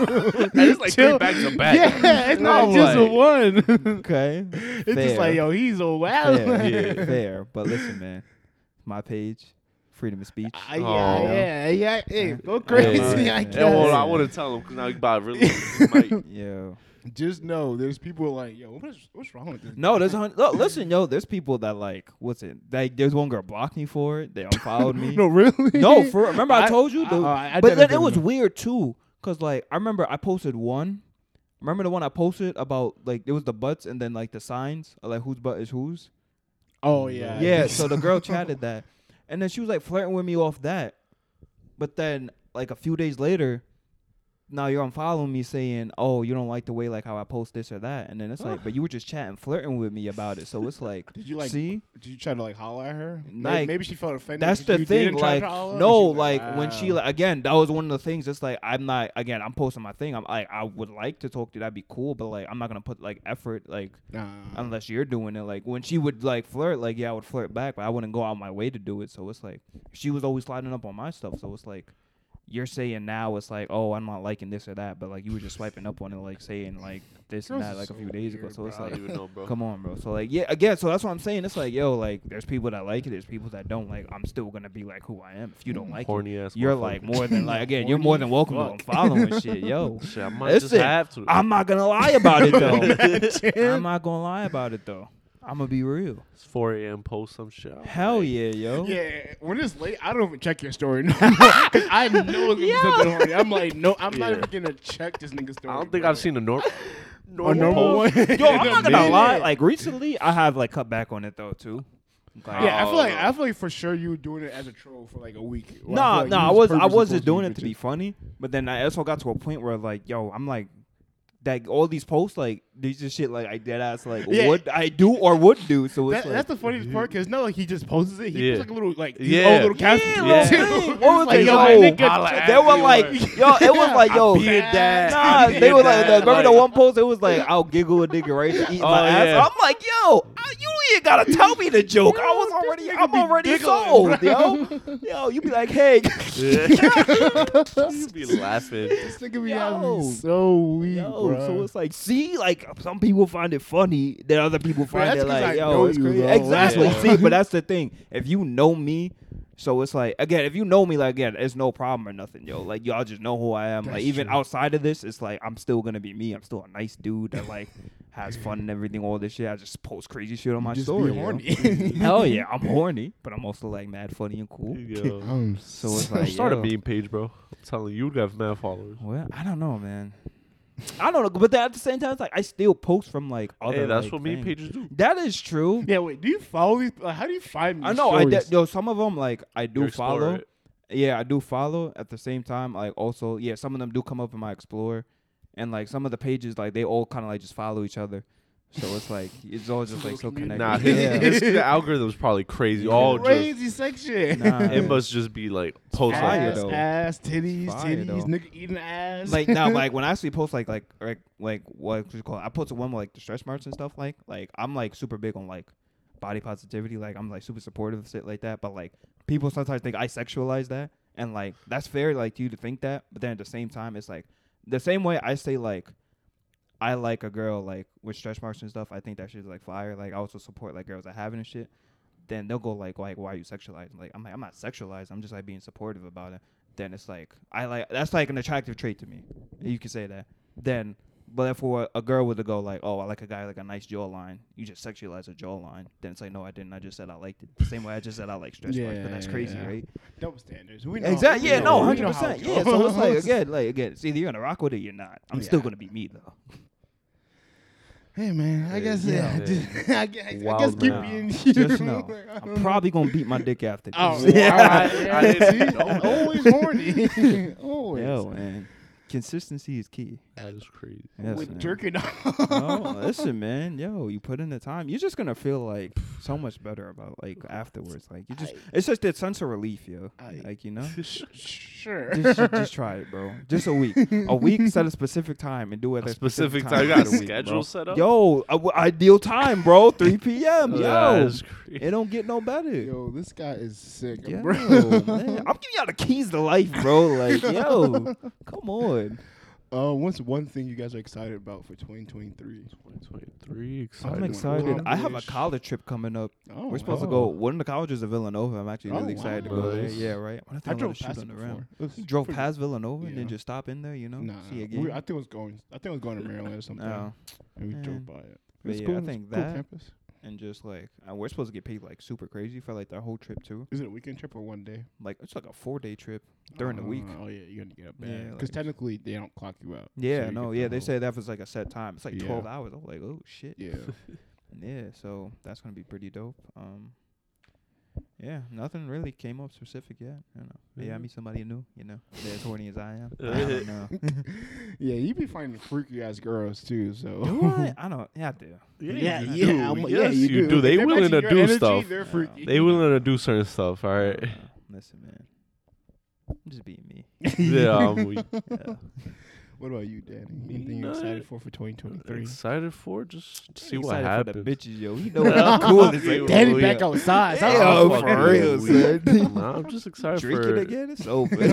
S3: it's like three
S1: Chill.
S3: bags of back.
S1: Yeah, it's not
S3: I'm
S1: just a
S3: like-
S1: one.
S2: okay
S1: it's just like, yo, he's a wild.
S2: fair,
S3: Yeah.
S2: fair. but listen man my page freedom of speech
S1: I, Ah, yeah,
S3: Aw.
S1: yeah, yeah, hey, go crazy.
S2: Yeah.
S1: I
S2: And
S1: guess.
S3: And well, I
S2: Yeah.
S3: want to tell him because now he's about really. Like,
S2: yo
S1: Just know there's people like, yo, what is, what's wrong with this?
S2: No,
S1: guy?
S2: there's a hun- look, listen, yo, there's people that like what's it? Like there's one girl blocked me for it. They unfollowed me.
S1: no, really.
S2: No, for remember I, told you,
S1: I- uh,
S2: dude.
S1: I- I
S2: but then
S1: definitely
S2: it was
S1: know.
S2: weird too, cause like I remember I posted one. Remember the one I posted about like it was the butts and then like the signs of, like whose butt is whose.
S1: Oh yeah.
S2: Yeah, so the girl chatted that, and then she was like flirting with me off that, but then like a few days later, now you're unfollowing me saying, "Oh, you don't like the way like how I post this or that," and then it's like, but you were just chatting, flirting with me about it. So it's like,
S1: Did you like?
S2: see,
S1: Did you try to like holler at her? May-
S2: Like,
S1: maybe she felt offended.
S2: that's
S1: because
S2: the
S1: you
S2: thing.
S1: didn't try
S2: Like,
S1: to holler, and
S2: no,
S1: she's
S2: like when she
S1: "Wow."
S2: like, again, that was one of the things. It's like I'm not again. I'm posting my thing. I'm like I would like to talk to. you. That'd be cool, but like I'm not gonna put like effort like
S1: Nah.
S2: unless you're doing it. Like when she would like flirt, like yeah, I would flirt back, but I wouldn't go out my way to do it. So it's like she was always sliding up on my stuff. So it's like you're saying now it's like oh I'm not liking this or that, but like you were just swiping up on it, like saying like this and
S1: Girls
S2: that
S1: are
S2: like a
S1: so
S2: few days ago.
S1: weird,
S2: So it's
S3: I
S2: like
S3: don't even know, bro.
S2: come on, bro. So like yeah, again, so that's what I'm saying. It's like yo, like there's people that like it, there's people that don't like. I'm still gonna be like who I am. If you don't like it,
S3: Horny ass.
S2: you're
S3: motherfucker.
S2: like more than like again, you're more than welcome to
S1: Fuck.
S2: unfollow and shit, yo.
S3: Shit, I might just
S2: Listen,
S3: have to.
S2: I'm not gonna lie about it though. I'm
S1: Imagine.
S2: not gonna lie about it though. I'm gonna be real.
S3: It's 4 a.m. Post some shit. I'm
S2: Hell
S3: like,
S2: yeah, yo.
S1: Yeah, when it's late, I don't even check your story no more. 'Cause I know it's gonna be something horny. I'm like, no, I'm not
S3: Yeah.
S1: even gonna check this nigga's story.
S3: I don't think
S1: bro.
S3: I've seen a normal.
S1: a normal one.
S2: Yo, I'm
S1: In a
S2: not gonna
S1: minute.
S2: lie. Like recently, I have like cut back on it though too. Like,
S1: Yeah, I feel like
S3: Oh, no.
S1: I feel like for sure you were doing it as a troll for like a week. Well,
S2: No,
S1: I feel like
S2: no,
S1: you
S2: I was I
S1: purposely
S2: was just
S1: posting
S2: doing it to
S1: bitches.
S2: be funny, but then I also got to a point where like, yo, I'm like, that all these posts like these is shit like I dead ass like
S1: Yeah.
S2: would I do or would do. So it's
S1: That,
S2: like,
S1: that's the funniest part because not like he just posts it. He
S3: Yeah.
S1: puts like a little like his
S3: Yeah.
S1: own little cast.
S2: Yeah, oh,
S3: little
S2: thing. What was it,
S1: like, yo,
S2: yo?
S1: my nigga,
S3: Holla
S1: check
S3: at
S2: they were
S3: me,
S2: like, yo, it was like, yo,
S3: be a dad.
S2: Nah,
S3: Yeah,
S2: they were like,
S3: that,
S2: the, remember the
S3: like-
S2: one post? It was like, I'll giggle a nigga right to eat
S3: Oh,
S2: my
S3: yeah.
S2: ass. I'm like, yo, I, you ain't gotta tell me the joke. I was already, I'm already sold, yo. Yo, you be like, hey,
S3: you be laughing.
S1: This nigga be having
S2: Yo.
S1: me so weak,
S2: yo.
S1: bro.
S2: So it's like, see, like some people find it funny, then other people find
S1: that's
S2: it
S1: 'cause
S2: like,
S1: I
S2: yo,
S1: know
S2: it's
S1: you,
S2: crazy.
S1: though.
S2: Exactly.
S3: Yeah.
S2: See, but that's the thing. If you know me. So it's like again, if you know me, like again, it's no problem or nothing, yo. Like y'all just know who I am. like
S1: That's
S2: even
S1: true.
S2: outside of this, it's like I'm still gonna be me. I'm still a nice dude that like has fun and everything. All this shit, I just post crazy shit on my
S1: just
S2: story.
S1: be
S2: yo.
S1: horny.
S2: Hell yeah, I'm horny, but I'm also like mad funny and cool.
S3: Yo.
S1: Um,
S2: So it's like
S3: Start a
S2: yo.
S3: meme page, bro. I'm telling you, you'd have mad followers.
S2: Well, I don't know, man. I don't know, but then at the same time, it's like I still post from like other.
S3: Hey, that's
S2: like,
S3: what meme
S2: things.
S3: pages do.
S2: That is true.
S1: yeah, wait. Do you follow these? Like, how do you find?
S2: I
S1: these
S2: know. I de-
S1: stories?
S2: yo, some of them like I do
S3: You explore
S2: follow.
S3: it.
S2: Yeah, I do follow. At the same time, like also, yeah, some of them do come up in my Explorer, and like some of the pages, like they all kind of like just follow each other. So it's like it's all just like so connected.
S3: Nah, his,
S2: yeah.
S3: his, the algorithm's probably crazy. All just
S1: crazy section.
S2: Nah.
S3: it must just be like post
S2: fire,
S3: like
S1: ass,
S3: this.
S2: though.
S1: ass, titties,
S2: Fire,
S1: titties,
S2: though.
S1: nigga eating ass.
S2: like now, like when I actually post like like like like what you call it, I post one with like the stretch marks and stuff like like I'm like super big on like body positivity, like I'm like super supportive of shit like that. But like people sometimes think I sexualize that, and like that's fair like to you to think that. But then at the same time, it's like the same way I say like I like a girl like with stretch marks and stuff. I think that shit's like fire. Like I also support like girls that have it and shit. Then they'll go like like why are you sexualizing? Like I'm like I'm not sexualized. I'm just like being supportive about it. Then it's like I like that's like an attractive trait to me. You can say that. Then but if for a girl were to go like oh I like a guy like a nice jawline. You just sexualize a jawline. Then it's like no I didn't. I just said I liked it. The same way I just said I like stretch marks. But that's
S1: Yeah,
S2: crazy,
S1: yeah.
S2: right?
S1: double standards. We know,
S2: Exactly.
S1: we
S2: Yeah.
S1: know-
S2: No.
S1: we
S2: Hundred
S1: know how
S2: percent.
S1: it
S2: Yeah. So it's like
S1: goes.
S2: again, like again. It's either you're gonna rock with it, or you're not. I'm still
S1: Yeah.
S2: gonna be me though.
S1: Hey man, I
S3: Yeah,
S1: guess yeah.
S3: yeah.
S1: I guess, I guess
S3: Wild
S1: keep
S2: man.
S1: being you.
S2: Just know,
S1: Like, I don't
S2: I'm probably gonna beat my dick after this.
S1: Oh,
S2: Yeah.
S1: yeah.
S3: I didn't know that.
S1: Oh, always horny. always.
S2: Yo, man. Consistency is key.
S3: That is crazy.
S2: Yes,
S1: With
S2: man.
S1: jerking off.
S2: no, listen, man. Yo, you put in the time. You're just gonna feel like so much better about like afterwards. Like you just, it's just that sense of relief, yo.
S1: Aight.
S2: Like you know,
S1: Sure.
S2: just, just just try it, bro. Just a week, a week, set a specific time and do it at
S3: A
S2: that
S3: specific time.
S2: time.
S3: You got a
S2: Set a week, bro.
S3: schedule set up.
S2: Yo, a w- ideal time, bro. 3 p.m.
S3: That
S2: Yo,
S3: is crazy.
S2: it don't get no better.
S1: Yo, this guy is sick,
S2: Yo,
S1: bro.
S2: man. I'm giving y'all the keys to life, bro. Like, yo, come on.
S1: Uh, what's one thing you guys are excited about for 2023?
S3: 2023. Excited.
S2: I'm
S1: Like,
S2: excited. I have a
S1: accomplish-
S2: college trip coming up.
S1: Oh,
S2: We're supposed to
S1: wow.
S2: go. One of the colleges of Villanova. I'm actually
S1: Oh,
S2: really excited to
S3: wow.
S2: go there.
S3: Nice.
S2: Yeah, right. I,
S1: I drove past it before.
S2: You drove past Villanova and
S1: Yeah.
S2: then just stop in there, you know?
S1: Nah,
S2: see a
S1: we-
S2: game.
S1: I think it was going. I think it was going to Maryland or something.
S2: Oh,
S1: and we
S2: man.
S1: drove by it.
S2: But
S1: It's
S2: yeah, I
S1: cool. it's
S2: think
S1: cool
S2: that-
S1: campus.
S2: and just like uh, we're supposed to get paid like super crazy for like that whole trip too.
S1: Is it a weekend trip or one day?
S2: Like it's like a four day trip during the week.
S1: Uh, Oh yeah, you're gonna get up
S2: Yeah,
S1: bad. Because
S2: like-
S1: technically they don't clock you out. so
S2: Yeah,
S1: you
S2: no,
S1: could
S2: yeah.
S1: go-
S2: They say that was like a set time. It's like
S1: Yeah.
S2: twelve hours. I'm like, oh shit.
S1: Yeah.
S2: Yeah, so that's gonna be pretty dope. Um, Yeah, nothing really came up specific yet. I don't know. Maybe I
S3: Yeah.
S2: meet somebody new, you know, they're as horny as I am. I don't know.
S1: yeah, you be finding freaky ass girls too. So
S2: Do I? I don't. Yeah, I do.
S1: Yeah,
S3: you
S1: yeah,
S3: do.
S1: I'm- yeah,
S3: yes,
S1: you
S3: you
S1: do.
S3: do. They
S1: They're
S3: willing
S1: matching
S3: to
S1: your
S3: do
S1: energy,
S3: stuff.
S1: They're
S2: Yeah.
S1: freaky.
S3: They willing to do certain stuff. All right.
S2: Uh, listen, man. I'm just being me.
S3: yeah, I'm weak.
S2: Yeah.
S1: What about you, Danny? Anything you're
S3: Nah.
S1: excited for for 2023?
S3: excited for just to see
S2: Ain't
S3: what
S2: excited for
S3: happens.
S2: The bitches, yo. You know how cool it's
S3: Ew.
S2: like.
S1: Danny
S3: Oh,
S1: back
S3: yeah.
S1: outside.
S2: Yeah,
S1: Oh,
S2: fuck
S1: for
S2: yeah.
S1: real, son.
S3: Nah, I'm just excited
S2: Drink
S3: for
S2: it again. It's over.
S3: Yeah.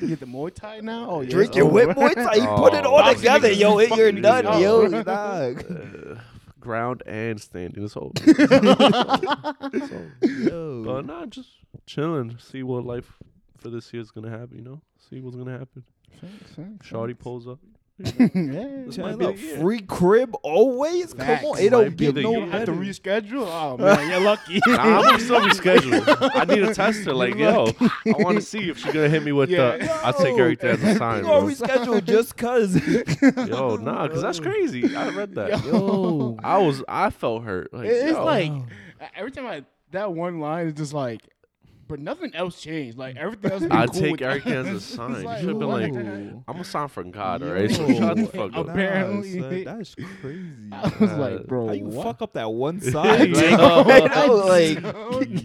S1: You get the Muay Thai now? Oh, yeah.
S4: Drink
S1: it's
S4: it
S1: over.
S4: with Muay Thai. You put it all
S1: Oh.
S4: together, yo. It, you're
S3: Fucking
S4: done, yo.
S3: yo.
S4: Dog.
S3: uh, ground and standing. It's over. It's over. It's over.
S2: Yo.
S3: But nah, just chilling. See what life for this year is gonna happen. You know, see what's gonna happen.
S1: Thanks, thanks,
S3: Shawty pulls up.
S1: thanks.
S3: This
S1: yeah.
S3: might
S2: Child
S3: be
S2: out.
S3: the year.
S4: Free crib always?
S1: Facts.
S4: Come on. It don't
S3: Might be
S4: get
S3: the
S4: no
S3: year.
S1: You have to
S4: better.
S1: reschedule? Oh, man, you're lucky.
S3: Nah, I'm gonna still reschedule. I need to test her. Like, yo,
S1: Look.
S3: I want to see if she's gonna hit me with the.
S1: Yeah.
S3: I'll take
S4: Yo,
S3: everything as a sign.
S4: You
S3: Bro.
S4: gonna reschedule just cause.
S3: Yo, nah, cause that's crazy. I read that.
S2: Yo.
S3: I was, I felt hurt. Like,
S1: It- it's
S3: yo.
S1: like e, every time I that one line is just like, but nothing else changed. Like everything else. been
S3: I
S1: cool
S3: take
S1: with-
S3: everything as a
S1: It's
S3: sign. You
S1: like,
S3: should've been
S1: what
S3: like,
S1: the heck?
S3: I'm a sign from God,
S2: Yo.
S3: alright? So shut the fuck up.
S1: Okay. Apparently.
S2: Nah, son, that's crazy.
S1: I was like, bro,
S2: How you
S1: what?
S2: fuck up that one side?
S3: Yo.
S4: know, like-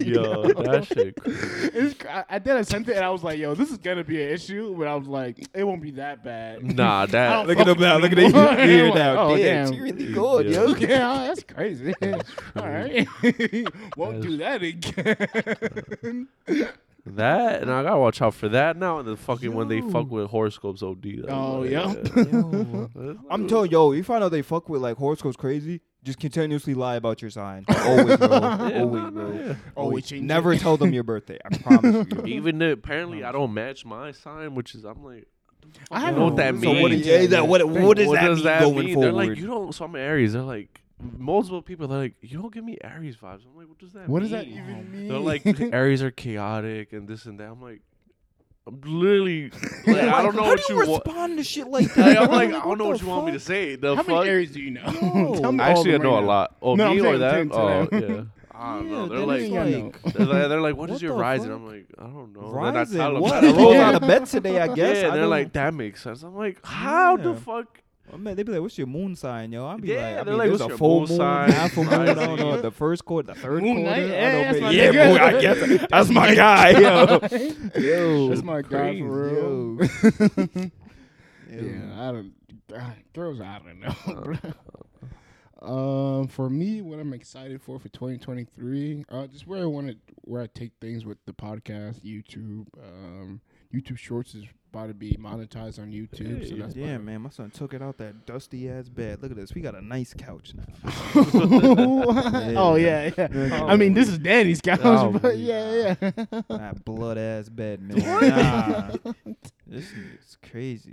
S3: Yo, that shit. Crazy.
S1: It's, cr- I, I did. I sent it, and I was like, "Yo, this is gonna be an issue," but I was like, "It won't be that bad."
S3: Nah,
S1: I
S3: that.
S1: don't
S2: Look at him now. Look at him.
S1: Anymore.
S2: Yeah, now.
S1: Oh,
S2: Damn.
S1: damn.
S2: She really
S4: Good,
S3: Yeah.
S4: yo.
S1: Yeah, ah, that's crazy. All right, won't
S3: That's-
S1: do that again.
S3: That and I gotta watch out for that now. And the fucking when they fuck
S2: Yo.
S3: with horoscopes, OD. That's
S1: Oh,
S3: like,
S1: yeah.
S2: Yo. I'm telling yo, you find out they fuck with like horoscopes crazy, just continuously lie about your sign. Always, bro.
S3: Yeah,
S2: Always,
S3: nah, nah,
S2: bro.
S3: yeah.
S1: oh, we
S2: Always.
S1: changed.
S2: Never tell them your birthday. I promise you.
S3: Even though apparently I don't match my sign, which is I'm like,
S1: I
S3: you
S1: have
S3: know what that
S1: So
S3: means.
S1: what do you-
S4: Yeah, that- what- what does that mean going
S3: They're like,
S4: forward?
S3: you don't. So I'm an Aries. They're like, multiple people. They're like, you don't give me Aries vibes. I'm like, what does that?
S1: What does
S3: mean?
S1: that even mean?
S3: They're like, Aries are chaotic and this and that. I'm like, I'm literally. Like, I don't know
S4: How
S3: what
S4: do
S3: you
S4: you,
S3: want.
S4: respond to shit like that?
S3: Like, I'm
S4: bro?
S3: like, I don't know
S4: the
S3: what you want me to
S4: fuck?
S3: say. The
S1: How
S3: fuck?
S1: many areas do you know?
S4: Yo.
S1: Tell me all
S3: Actually, I
S1: of them
S3: know
S1: right
S3: a
S1: now.
S3: lot. Oh,
S1: No, I'm
S3: me or
S1: saying
S3: them?
S1: ten
S3: Oh,
S1: to
S3: yeah. I don't know.
S2: Yeah,
S3: They're
S2: that
S3: like,
S2: ain't
S1: yeah,
S2: like-
S3: they're like, they're like, what is
S2: What
S3: your
S2: the
S3: rising?
S2: fuck?
S3: I'm like, I don't know. Then I
S2: Rising.
S3: tell them.
S2: What?
S3: I
S2: I
S3: roll
S2: rolled
S3: out
S2: out
S3: of
S2: of bed today, I guess.
S3: yeah,
S2: I
S3: they're
S2: don't-
S3: like, that makes sense. I'm like, how the
S2: Yeah.
S3: fuck?
S2: Oh, man, they be like, "What's your moon sign, yo?" I'd be
S3: Yeah,
S2: like,
S3: they're
S2: "I mean,
S3: like,
S2: there's a
S3: what's your
S2: full
S3: moon
S2: moon,
S3: sign?
S2: half a moon. I don't
S3: Rising.
S2: know the first quarter, the third
S1: Moon
S2: quarter.
S1: night?
S2: I
S1: Yeah,
S2: don't
S1: that's
S2: know,
S1: my
S2: baby.
S1: nigga.
S2: yeah, moon. I guess that's my guy, yo. yo,
S1: That's my guy for real.
S2: Yo.
S1: Yeah, I don't. God, girls, I don't
S2: Uh,
S1: know. bro. um, for me, what I'm excited for for 2023, uh, just where I want to, where I take things with the podcast, YouTube, um, YouTube Shorts is about to be monetized on YouTube, so
S3: Hey,
S1: that's
S2: Yeah, man, my son took it out that dusty ass bed. Look at this. We got a nice couch now.
S1: oh yeah, yeah. I mean, this is Danny's couch,
S3: Oh,
S1: but yeah, yeah.
S2: that blood ass bed, man. Nah. this is crazy.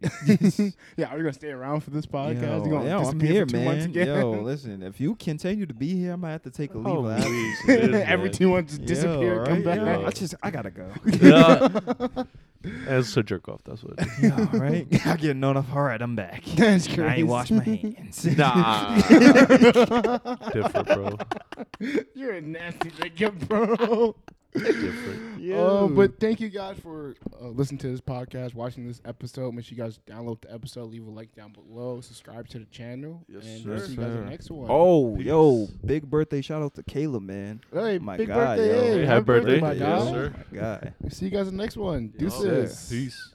S1: yeah, are you gonna stay around for this podcast?
S2: Yo,
S1: you gonna
S2: yo, I'm
S1: disappear
S2: here,
S1: for two months
S2: man.
S1: again?
S2: Yo, listen, if you continue to be here, I might have to take a leave.
S3: Oh,
S2: of absence.
S3: please, dude,
S1: Every
S3: man.
S1: two months, just disappear,
S2: Yo,
S1: come
S2: right?
S1: back.
S2: Yo,
S3: Yeah.
S2: I just, I gotta go.
S3: Yeah. That's a jerk off. That's what. It is.
S2: yeah, right? I get known off. All right, I'm back.
S1: That's
S2: Now I
S1: crazy.
S2: ain't wash my hands.
S3: Nah, different, bro.
S1: You're a nasty nigga, bro.
S3: Different.
S1: Oh, but thank you guys for uh, listening to this podcast, watching this episode. Make sure you guys download the episode, leave a like down below, subscribe to the channel,
S3: Yes,
S1: and
S3: sir.
S1: we'll see you guys in
S2: Sir.
S1: the next one.
S2: Oh,
S3: Peace.
S2: yo, big birthday shout out to Caleb, man.
S1: hey,
S2: my
S1: big
S2: God,
S1: birthday!
S2: yo.
S1: Hey,
S3: Hey,
S1: happy
S3: happy
S1: birthday,
S3: birthday.
S1: my
S3: Yes,
S1: guy.
S3: sir.
S2: My guy.
S1: See you guys in the next one.
S3: Yo.
S1: Deuces.
S3: Peace.